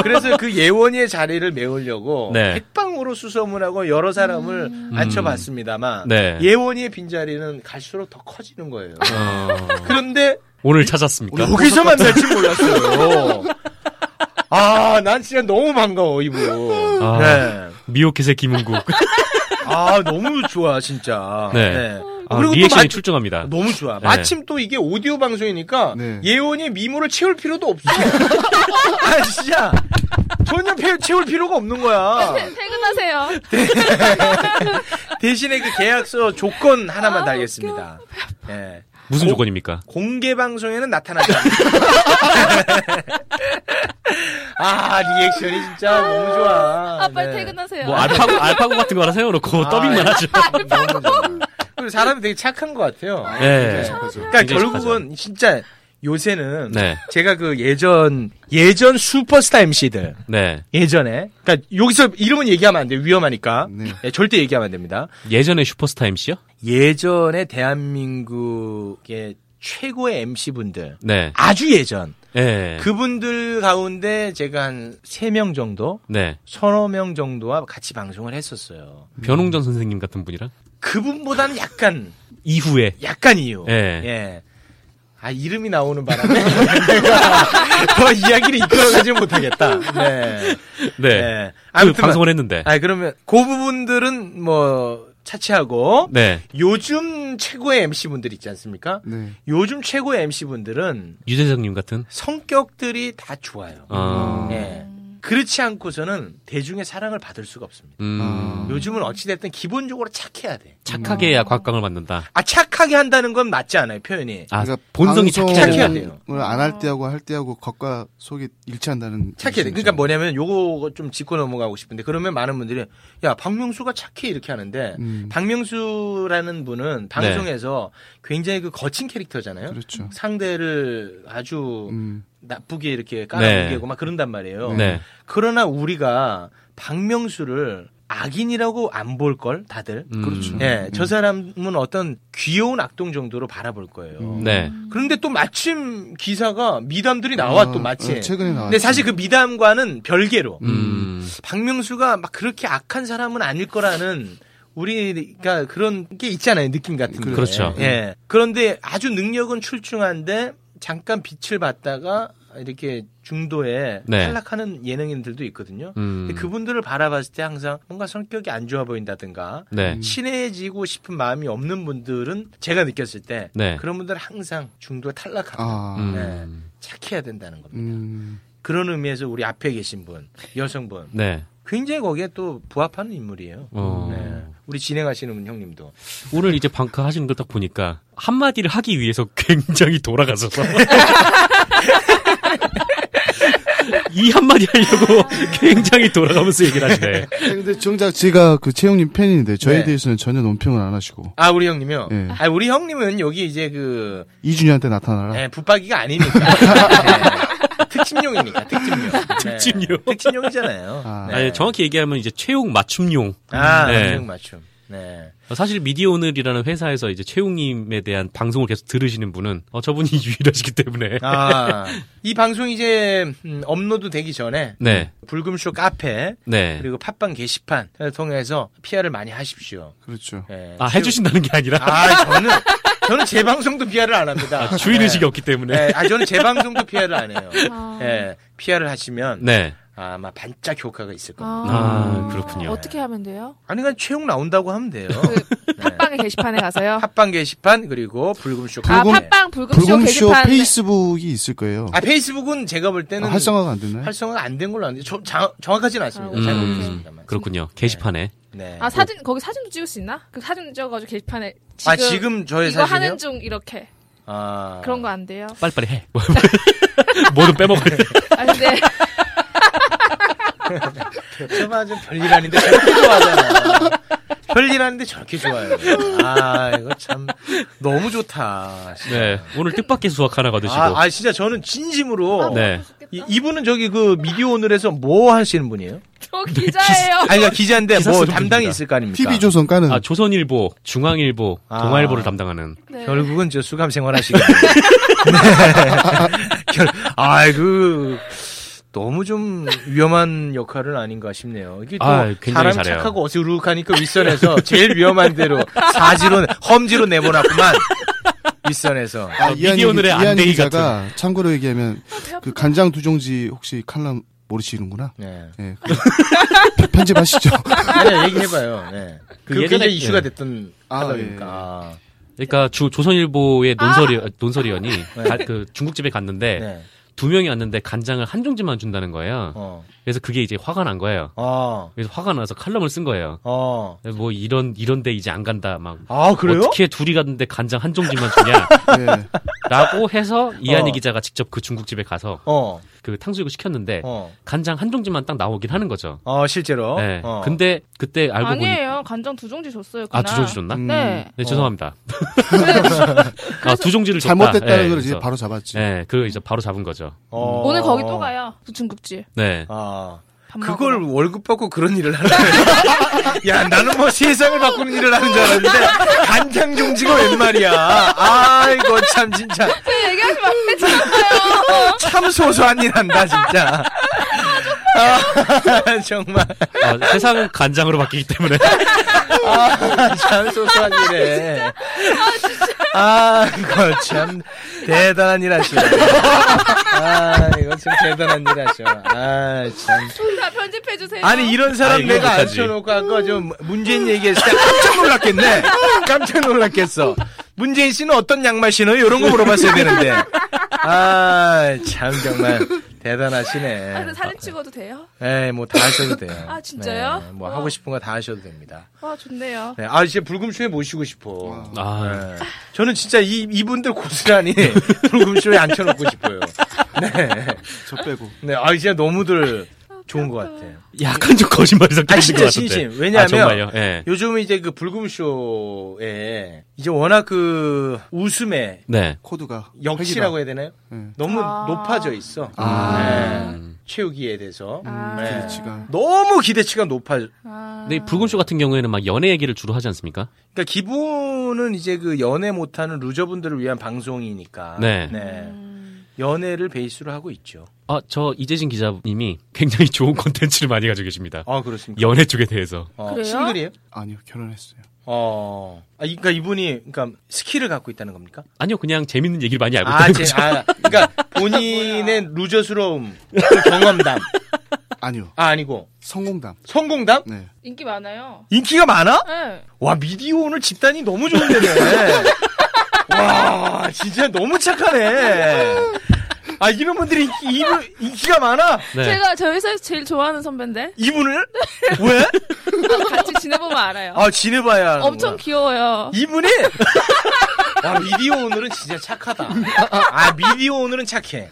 D: 그래서 그 예원이의 자리를 메우려고
A: 네. 음.
D: 백방으로 수소문 하고 여러 사람을 앉혀봤습니다만
A: 네.
D: 예원이의 빈자리는 갈수록 더 커지는 거예요.
A: 어,
D: 그런데
A: 오늘 찾았습니까?
D: 여기서 만날 줄 몰랐어요. 아, 난 진짜 너무 반가워, 이분.
A: 아.
D: 네.
A: 미오캣의 김은국.
D: 아 너무 좋아 진짜.
A: 네. 아,
D: 그리고 또
A: 리액션이
D: 마...
A: 출중합니다.
D: 너무 좋아.
A: 네.
D: 마침 또 이게 오디오 방송이니까
C: 네.
D: 예원이 미모를 채울 필요도 없어. 아 진짜 전혀 배- 채울 필요가 없는 거야.
B: 퇴근하세요.
D: 대신에 그 계약서 조건 하나만
B: 아,
D: 달겠습니다. 예.
A: 무슨
D: 어?
A: 조건입니까?
D: 공개 방송에는 나타나지 않는다. 아 리액션이 진짜 너무 좋아.
B: 아, 빨리
D: 네.
B: 퇴근하세요.
A: 뭐 알파고 알파고 같은 거 하나 세워놓고
D: 아,
A: 더빙만
D: 예.
A: 하죠.
D: 너무 좋아. 그리고 사람이 되게 착한 것 같아요.
A: 네.
D: 그러니까
A: 굉장히
D: 결국은 진짜 요새는
A: 네.
D: 제가 그 예전 예전 슈퍼스타 MC들
A: 네.
D: 예전에 그러니까 여기서 이름은 얘기하면 안 돼요 위험하니까
C: 네.
D: 예, 절대 얘기하면 안 됩니다
A: 예전에 슈퍼스타 MC요?
D: 예전에 대한민국의 최고의 MC 분들
A: 네.
D: 아주 예전
A: 예.
D: 그분들 가운데 제가 한 세 명 정도
A: 네.
D: 서너 명 정도와 같이 방송을 했었어요
A: 변홍전 선생님 같은 분이랑
D: 그분보다는 약간
A: 이후에
D: 약간 이유.
A: 예.
D: 예. 아, 이름이 나오는 바람에 더 이야기를 이끌어가지 못하겠다. 네.
A: 네.
D: 예.
A: 그
D: 아무튼
A: 방송을 했는데.
D: 아, 그러면 그 부분들은 뭐 차치하고
A: 네.
D: 요즘 최고의 MC분들 있지 않습니까?
C: 네.
D: 요즘 최고의 MC분들은
A: 유재석님 같은.
D: 성격들이 다 좋아요.
A: 아.
D: 예. 그렇지 않고서는 대중의 사랑을 받을 수가 없습니다.
A: 음.
D: 요즘은 어찌됐든 기본적으로 착해야 돼.
A: 착하게야 곽광을 받는다.
D: 아, 착하게 한다는 건 맞지 않아요, 표현이.
A: 아,
C: 그러니까
A: 본성이 착해야
D: 착해야
A: 된다.
D: 돼요.
C: 방송을 안 할 때하고 할 때하고 겉과 속이 일치한다는
D: 착해.
C: 말씀이죠.
D: 그러니까 뭐냐면 요거 좀 짚고 넘어가고 싶은데 그러면 많은 분들이 야 박명수가 착해 이렇게 하는데
C: 음. 네.
D: 박명수라는 분은 방송에서 굉장히 그 거친 캐릭터잖아요.
C: 그렇죠.
D: 상대를 아주
C: 음.
D: 나쁘게 이렇게 깔아뭉개고 막 그런단 말이에요.
A: 네.
D: 그러나 우리가 박명수를 악인이라고 안 볼 걸 다들.
A: 음.
C: 그렇죠.
D: 예, 저
C: 음.
D: 사람은 어떤 귀여운 악동 정도로 바라볼 거예요.
C: 음.
A: 네.
D: 그런데 또 마침 기사가 미담들이 나와
C: 어,
D: 또 마침.
C: 어, 최근에 나왔.
D: 근데 사실 그 미담과는 별개로
A: 음.
D: 박명수가 막 그렇게 악한 사람은 아닐 거라는 우리가 그러니까 그런 게 있잖아요 느낌 같은 게
A: 그렇죠.
D: 예 그런데 아주 능력은 출중한데 잠깐 빛을 받다가 이렇게 중도에
A: 네.
D: 탈락하는 예능인들도 있거든요
A: 음.
D: 근데 그분들을 바라봤을 때 항상 뭔가 성격이 안 좋아 보인다든가
A: 네.
D: 친해지고 싶은 마음이 없는 분들은 제가 느꼈을 때
A: 네.
D: 그런 분들은 항상 중도에 탈락하고
C: 아.
A: 음.
D: 착해야 된다는 겁니다
C: 음.
D: 그런 의미에서 우리 앞에 계신 분 여성분
A: 네.
D: 굉장히 거기에 또 부합하는 인물이에요.
A: 어.
D: 네. 우리 진행하시는 분 형님도.
A: 오늘 이제 방크 하시는 걸 딱 보니까 한마디를 하기 위해서 굉장히 돌아가셔서 이 한마디 하려고 굉장히 돌아가면서 얘기를 하시네.
C: 근데 정작 제가 그 채용님 팬인데 저에
D: 네.
C: 대해서는 전혀 논평을 안 하시고
D: 아, 우리 형님이요?
C: 예.
D: 아, 우리 형님은 여기 이제 그,
C: 이준희한테 나타나라.
D: 예, 붙박이가 아니니까. 예. 특집용이니까, 특집용.
A: 특집용.
D: 네. 특집용이잖아요.
C: 아.
A: 아니, 정확히 얘기하면 이제 최욱 맞춤용.
D: 아,
A: 네.
D: 맞춤, 맞춤. 네.
A: 사실 미디어 오늘이라는 회사에서 이제 최웅님에 대한 방송을 계속 들으시는 분은 어, 저분이 유일하시기 때문에
D: 아, 이 방송 이제 음, 업로드 되기 전에
A: 네,
D: 불금쇼 카페
A: 네.
D: 음. 그리고 팟빵 게시판을 통해서 PR을 많이 하십시오.
C: 그렇죠.
D: 예.
A: 아 해주신다는 게 아니라
D: 아, 저는 저는 제 방송도 PR을 안 합니다.
A: 아, 주인 의식이
D: 예.
A: 없기 때문에
D: 예, 아 저는 제 방송도 PR을 안 해요.
B: 아.
D: 예, PR을 하시면
A: 네.
D: 아마 반짝 효과가 있을 겁니다.
A: 아, 그렇군요.
B: 어떻게 하면 돼요?
D: 아니 그냥 채용 나온다고 하면 돼요.
B: 그
D: 네.
B: 팟빵의 게시판에 가서요.
D: 팟빵 게시판 그리고 불금쇼
B: 아,
D: 카페.
B: 팟빵 불금쇼,
C: 불금쇼
B: 게시판.
C: 페이스북이 있을 거예요.
D: 아 페이스북은 제가 볼 때는
C: 아, 활성화가 안 되나요?
D: 활성화 안 된 걸로 아는데 저, 자- 정확하지는 않습니다. 네, 잘
A: 음.
D: 모르겠습니다만.
A: 그렇군요. 게시판에
D: 네.
B: 아, 사진, 거기 사진도 찍을 수 있나? 그 사진 찍어가지고 게시판에. 지금,
D: 아, 지금 저의
B: 이거
D: 사진이요?
B: 하는 중, 이렇게.
D: 아.
B: 그런 거 안 돼요.
A: 빨리빨리 해. 뭐든 빼먹어야 돼.
B: 아, 근데,
D: 저만 좀 별일 아닌데 저렇게 좋아하잖아. 별일 아닌데 저렇게 좋아요. 아, 이거 참 너무 좋다. 진짜.
A: 네. 오늘 뜻밖의 수확 하나가 되시고.
D: 아, 아, 진짜 저는 진심으로
A: 네.
D: 이, 분은 저기 그 미디어 오늘에서 뭐 하시는 분이에요?
B: 저 기자예요.
D: 아니, 그러니까 기자인데
A: 기사
D: 뭐
A: 쓰는
D: 담당이
A: 분입니다.
D: 있을 거 아닙니까?
C: TV 조선 까는
A: 아, 조선일보, 중앙일보,
D: 아.
A: 동아일보를 담당하는.
B: 네.
D: 결국은 저 수감 생활하시고. 네. 결, 아이고. 너무 좀 위험한 역할은 아닌가 싶네요. 이게 또
A: 아, 굉장히
D: 사람
A: 잘해요.
D: 착하고 어수룩하니까 윗선에서 제일 위험한 대로 사지로 험지로 내보냈구만. 윗선에서.
C: 아, 이한희
A: 미디어 오늘의
C: 이한희
A: 안대희
C: 기자가 참고로 얘기하면
B: 배 아프다.
C: 그 간장 두 종지 혹시 칼럼 모르시는구나.
D: 네.
C: 예. 그- 편집하시죠.
D: 아니야 얘기해봐요. 네. 그
A: 예전에-
D: 예전에 이슈가
A: 예.
D: 됐던
C: 아,
D: 하다니까.
C: 예.
D: 아,
A: 그러니까 주, 조선일보의 논설위, 논설위원이 가- 그 중국집에 갔는데
D: 네.
A: 두 명이 왔는데 간장을 한 종지만 준다는 거예요.
D: 어.
A: 그래서 그게 이제 화가 난 거예요.
D: 어.
A: 그래서 화가 나서 칼럼을 쓴 거예요.
D: 어.
A: 뭐 이런 이런데 이제 안 간다 막.
D: 아 그래요?
A: 어떻게 둘이 갔는데 간장 한 종지만 주냐?
C: 예.
A: 라고 해서 이한희
D: 어.
A: 기자가 직접 그 중국집에 가서
D: 어.
A: 그 탕수육을 시켰는데
D: 어.
A: 간장 한 종지만 딱 나오긴 하는 거죠.
D: 어 실제로.
A: 네.
D: 어.
A: 근데 그때 알고 보니
B: 아니에요. 간장 두 종지 줬어요.
A: 아,
B: 그날.
A: 두 종지 줬나?
C: 음,
B: 네.
D: 어.
A: 네, 죄송합니다. 아, 두 종지를 줬다.
C: 잘못됐다는
A: 예,
C: 걸 이제
A: 그래서.
C: 바로 잡았지.
A: 네, 그 이제 바로 잡은 거죠.
D: 어.
B: 오늘 거기 또 가요. 그 중급집.
A: 네.
D: 아.
B: 밥
D: 그걸
B: 먹으러.
D: 월급 받고 그런 일을 하는 야, 나는 뭐 세상을 바꾸는 일을 하는 줄 알았는데, 간장 종지가 웬 말이야. 아이고, 참, 진짜.
B: 그 얘기하지 마.
D: 참 소소한 일 한다, 진짜. 아, 정말.
A: 아, 세상은 간장으로 바뀌기 때문에.
D: 아, 참 소소한 일에. 아, 이거 참 대단한 일 하시네. 아, 이거 참 대단한 일 하셔. 아, 참.
B: 다 편집해 주세요.
D: 아니 이런
A: 아,
D: 사람
A: 이거
D: 내가
A: 못하지.
D: 앉혀놓고 아까 좀 문재인 얘기했을 때 깜짝 놀랐겠네. 깜짝 놀랐겠어. 문재인 씨는 어떤 양말 신어요? 이런 거 물어봤어야 되는데. 아, 참 정말
B: 아,
D: 대단하시네.
B: 근데 사진 찍어도 돼요?
D: 에이, 뭐 다 하셔도 돼요.
B: 아, 진짜요? 어.
D: 네, 뭐
B: 와.
D: 하고 싶은 거 다 하셔도 됩니다.
B: 와, 좋네요.
D: 네, 아, 이제 불금쇼에 모시고 싶어.
A: 아,
D: 네. 저는 진짜 이, 이분들 고스란히 불금쇼에 앉혀놓고 싶어요. 네.
C: 저 빼고.
D: 네, 아, 이제 너무들 좋은 것 같아요.
A: 약간 좀 거짓말이 섞여 있는
D: 아,
A: 것
D: 진짜
A: 같은데.
D: 진심. 왜냐하면
A: 아, 정말요. 예.
D: 요즘 이제 그 불금쇼에 이제 워낙 그 웃음의
A: 네.
C: 코드가
D: 역치라고
C: 해.
D: 해야 되나요?
C: 네.
D: 너무
B: 아.
D: 음. 높아져 있어.
C: 아.
D: 네. 최우기에 대해서
B: 아.
D: 네.
C: 지가
D: 너무 기대치가 높아. 그러니까
B: 아.
A: 근데 이 불금쇼 같은 경우에는 막 연애 얘기를 주로 하지 않습니까?
D: 기본은 이제 그 연애 못하는 루저분들을 위한 방송이니까.
A: 네.
B: 음.
D: 연애를 베이스로 하고 있죠.
A: 아, 저 이재진 기자님이 굉장히 좋은 콘텐츠를 많이 가지고 계십니다.
D: 아 그렇습니까?
A: 연애 쪽에 대해서.
D: 어,
B: 그래요?
D: 싱글이에요?
C: 아니요 결혼했어요.
D: 어, 아, 그러니까 이분이 그러니까 스킬을 갖고 있다는 겁니까?
A: 아니요, 그냥 재밌는 얘기를 많이 알고
D: 아,
A: 있다는
D: 제,
A: 거죠.
D: 아, 그러니까 본인의 루저스러움 그 경험담
C: 아니요
D: 아 아니고
C: 성공담.
D: 성공담?
C: 네.
B: 인기 많아요.
D: 인기가 많아?
B: 네.
D: 와, 미디어 오늘 집단이 너무 좋은데네. 와, 진짜 너무 착하네. 아, 이런 분들이 인기, 이분, 인기가 많아?
A: 네.
B: 제가 저 회사에서 제일 좋아하는 선배인데 아,
D: 이분을? 왜?
B: 같이 지내보면 알아요.
D: 아, 지내봐야. 하는구나.
B: 엄청 귀여워요.
D: 이분이? 와, 미디어 오늘은 진짜 착하다. 아, 미디어 오늘은 착해.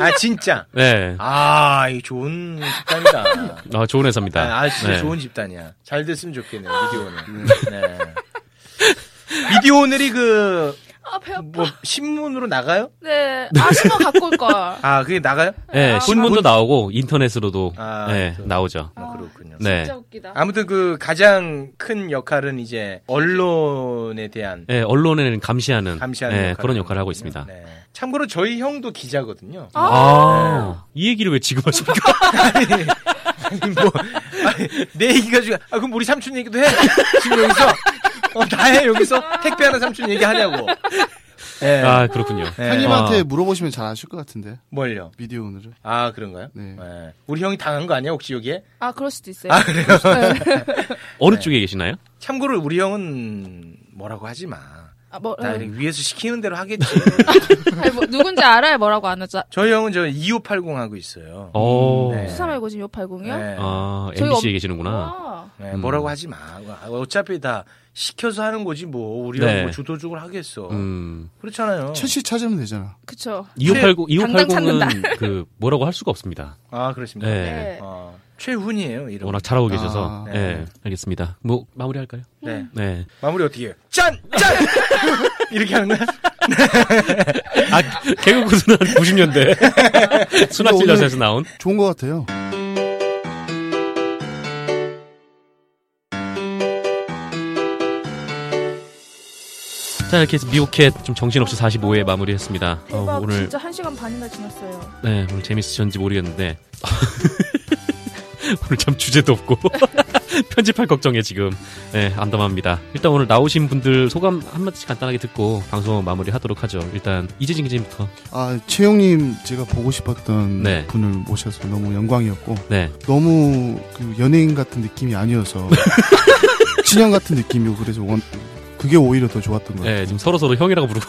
D: 아, 진짜.
A: 네.
D: 아, 이 좋은 집단이다.
A: 아, 좋은 회사입니다.
D: 아, 아, 진짜
A: 네.
D: 좋은 집단이야. 잘 됐으면 좋겠네요, 미디어 오늘. 네. 미디어 오늘이 그,
B: 아, 배 아파.
D: 뭐 신문으로 나가요?
B: 네. 아, 신문 갖고 올걸.
D: 아 그게 나가요?
A: 예,
B: 아,
A: 신문도 나오고 인터넷으로도
D: 아,
A: 예,
D: 그렇죠.
A: 나오죠.
D: 아, 그렇군요.
A: 네.
B: 진짜 웃기다.
D: 아무튼 그 가장 큰 역할은 이제 언론에 대한
A: 예, 언론에는 감시하는,
D: 감시하는
A: 예,
D: 역할을
A: 그런 역할을 하고
D: 하거든요.
A: 있습니다.
D: 네. 참고로 저희 형도 기자거든요.
B: 아,
A: 아, 이 얘기를 왜 지금 하십니까?
D: 아니, 뭐, 아니, 내 얘기가 지금, 아, 그럼 우리 삼촌 얘기도 해. 지금 여기서, 어, 다해, 여기서 택배하는 삼촌 얘기하냐고. 예.
A: 아, 그렇군요.
D: 예.
C: 형님한테
A: 아.
C: 물어보시면 잘 아실 것 같은데
D: 뭘요?
C: 미디어 오늘은
D: 아, 그런가요?
C: 네.
D: 예. 우리 형이 당한 거 아니야, 혹시 여기에?
B: 아, 그럴 수도 있어요.
D: 아, 그래요?
A: 어느 쪽에 계시나요?
D: 참고로 우리 형은 뭐라고 하지 마.
B: 아, 뭐,
D: 나 이렇게 위에서 시키는 대로 하겠지.
B: 아니, 뭐, 누군지 알아야 뭐라고 안 하죠.
D: 저희 형은 저 2580 하고 있어요.
A: 어,
D: 네.
B: 수사말고 지금 680이요?
D: 네.
A: 아,
B: 저희
A: MBC에
B: 엄-
A: 계시는구나.
B: 아,
D: 네,
A: 음.
D: 뭐라고 하지 마. 어차피 다 시켜서 하는 거지 뭐. 우리
A: 네.
D: 형뭐 주도적으로 하겠어.
A: 음,
D: 그렇잖아요.
C: 최씨 찾으면 되잖아.
B: 그쵸.
A: 2580,
B: 당장
A: 2580은 그 뭐라고 할 수가 없습니다.
D: 아, 그렇습니다.
A: 네.
B: 네.
D: 어, 최훈이에요, 이름.
A: 워낙 잘하고 계셔서.
C: 아,
A: 예,
D: 네.
A: 알겠습니다. 뭐 마무리할까요?
D: 네.
A: 네.
D: 마무리 어떻게 해요? 짠! 짠! 이렇게 하는 거야?
A: 아, 개그 고수는 90년대.
C: 오늘-
A: 수납질 여사에서 나온.
C: 좋은 것 같아요.
A: 자, 이렇게 해서 미오캣 좀 정신없이 45회 마무리했습니다. 어,
B: 대박.
A: 오늘,
B: 진짜 한 시간 반이나 지났어요.
A: 네, 오늘 재밌으셨는지 모르겠는데. 오늘 참 주제도 없고. 편집할 걱정에 지금, 네, 암담합니다. 일단 오늘 나오신 분들 소감 한마디씩 간단하게 듣고 방송 마무리 하도록 하죠. 일단, 이재진 기자님부터.
C: 아 최영님 제가 보고 싶었던
A: 네.
C: 분을 모셔서 너무 영광이었고
A: 네.
C: 너무 그 연예인 같은 느낌이 아니어서 친형 같은 느낌이고 그래서 원 그게 오히려 더 좋았던 것 같아요.
A: 네, 지금 서로서로 형이라고 부르고.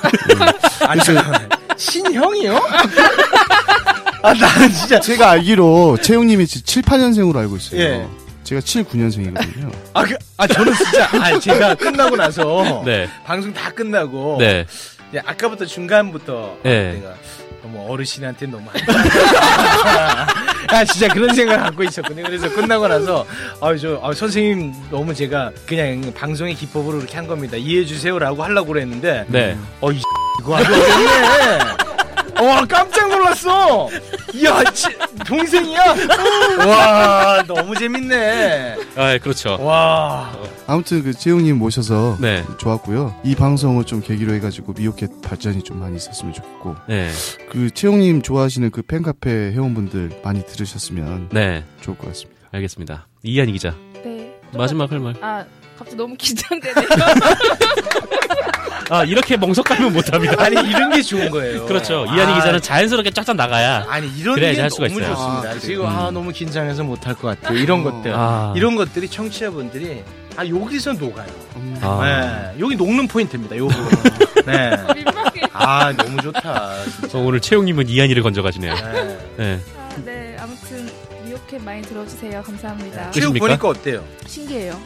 D: 아니, 잠깐만. 신형이요? 아, 나는 진짜.
C: 제가 알기로 채용님이 7, 8년생으로 알고 있어요.
D: 예.
C: 제가 7, 9년생이거든요.
D: 아, 그, 아, 저는 진짜. 아, 제가 끝나고 나서.
A: 네.
D: 방송 다 끝나고.
A: 네.
D: 이제 아까부터 중간부터.
A: 네.
D: 아, 내가 너무 어르신한테 너무. 안 아, 진짜 그런 생각을 갖고 있었거든요. 그래서 끝나고 나서. 아, 저, 아, 선생님 너무 제가 그냥 방송의 기법으로 그렇게 한 겁니다. 이해해주세요라고 하려고 그랬는데.
A: 네.
D: 어, 이 이거 아주 어렵네. 와, 깜짝 놀랐어. 이야, 지, 동생이야? 와, 너무 재밌네.
A: 아, 그렇죠.
D: 와.
C: 아무튼 그 채용님 모셔서
A: 네.
C: 좋았고요. 이 방송을 좀 계기로 해가지고 미오캣 발전이 좀 많이 있었으면 좋겠고
A: 네.
C: 그 채용님 좋아하시는 그 팬카페 회원분들 많이 들으셨으면
A: 네.
C: 좋을 것 같습니다.
A: 알겠습니다. 이한희 기자.
B: 네.
A: 마지막 할 말.
B: 아, 갑자기 너무 긴장되네요.
A: 아, 이렇게 멍석가면 못합니다.
D: 아니, 이런 게 좋은 거예요.
A: 그렇죠.
D: 아,
A: 이한희 기자는 자연스럽게 쫙쫙 나가야.
D: 아니, 이런
A: 그래야지
D: 게
A: 할
D: 너무
A: 수가 있어요.
D: 좋습니다.
C: 아, 그래요?
D: 지금, 아, 너무 긴장해서 못할 것 같아요. 이런 것들.
A: 아.
D: 이런 것들이 청취자분들이, 아, 여기서 녹아요.
A: 아.
D: 네, 여기 녹는 포인트입니다, 요거. 네.
B: 민망해.
D: 아, 너무 좋다. 진짜.
A: 어, 오늘 채용님은 이한이를 건져가시네요.
D: 네.
A: 네.
B: 아, 네. 아무튼, 미오캣 많이 들어주세요. 감사합니다.
D: 쭉
A: 끝입니까?
D: 보니까 어때요?
B: 신기해요.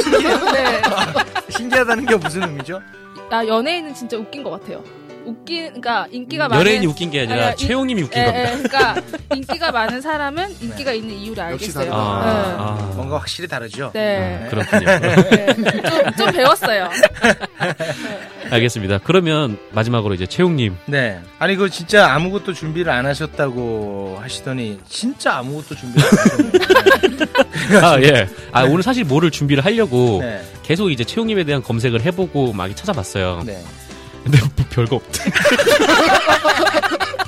B: 신기해요? 네.
D: 신기하다는 게 무슨 의미죠?
B: 아, 연예인은 진짜 웃긴 것 같아요. 웃긴, 그러니까 인기가 많은.
A: 연예인이 웃긴 게 아니라
B: 아니, 이-
A: 채용님이
B: 예,
A: 웃긴
B: 예,
A: 겁니다.
B: 그러니까 인기가 많은 사람은 인기가 있는 이유를
C: 네. 역시
B: 알겠어요.
A: 아,
C: 다르다.
B: 예.
A: 아,
D: 뭔가 확실히 다르죠?
A: 아,
B: 네.
A: 그렇군요.
B: 네. 좀, 좀 배웠어요.
A: 알겠습니다. 그러면 마지막으로 이제 채용님.
D: 네. 아니 그 진짜 아무것도 준비를 안 하셨다고 하시더니 진짜 아무것도 준비를 안 하셨네요.
A: 아, 예. 아, 오늘 사실 뭐를 준비를 하려고
D: 네.
A: 계속 이제 채용님에 대한 검색을 해보고 막 찾아봤어요.
D: 네.
A: 근데 뭐 별거 없대.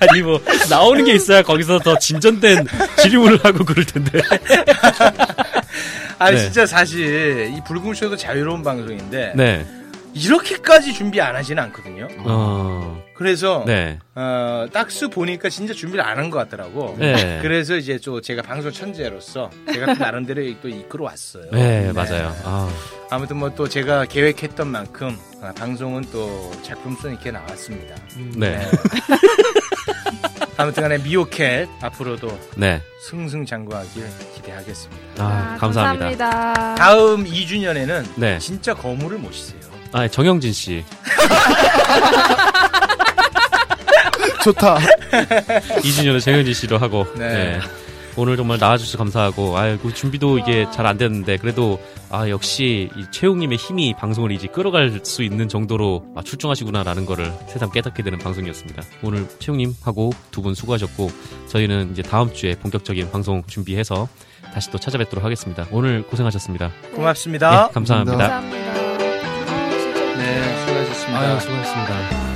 A: 아니 뭐 나오는 게 있어야 거기서 더 진전된 질문을 하고 그럴 텐데.
D: 아
A: 네.
D: 진짜 사실 이 불금쇼도 자유로운 방송인데
A: 네.
D: 이렇게까지 준비 안 하지는 않거든요.
A: 어.
D: 그래서
A: 네.
D: 어, 딱수 보니까 진짜 준비를 안 한 것 같더라고.
A: 네.
D: 그래서 이제 또 제가 방송 천재로서 제가 또 나름대로 또 이끌어 왔어요.
A: 네, 맞아요. 아,
D: 아무튼 뭐 또 제가 계획했던 만큼 아, 방송은 또 작품성 있게 나왔습니다.
A: 네.
D: 아무튼간에 미오캣 앞으로도
A: 네.
D: 승승장구하길 기대하겠습니다.
A: 아, 감사합니다.
B: 감사합니다.
D: 다음 2주년에는
A: 네.
D: 진짜 거물을 모시세요.
A: 아, 정영진 씨.
C: 좋다.
A: 이준현의 정영진 씨로 하고.
D: 네.
A: 네. 오늘 정말 나와주셔서 감사하고 아이고 준비도 이게 잘 안 됐는데 그래도 아 역시 이 최용님의 힘이 방송을 이제 끌어갈 수 있는 정도로 아, 출중하시구나라는 거를 새삼 깨닫게 되는 방송이었습니다. 오늘 최용님하고 두 분 수고하셨고 저희는 이제 다음 주에 본격적인 방송 준비해서 다시 또 찾아뵙도록 하겠습니다. 오늘 고생하셨습니다.
D: 고맙습니다.
A: 예, 감사합니다.
B: 감사합니다. 아, 진짜
D: 네, 수고하셨습니다.
A: 아, 수고하셨습니다.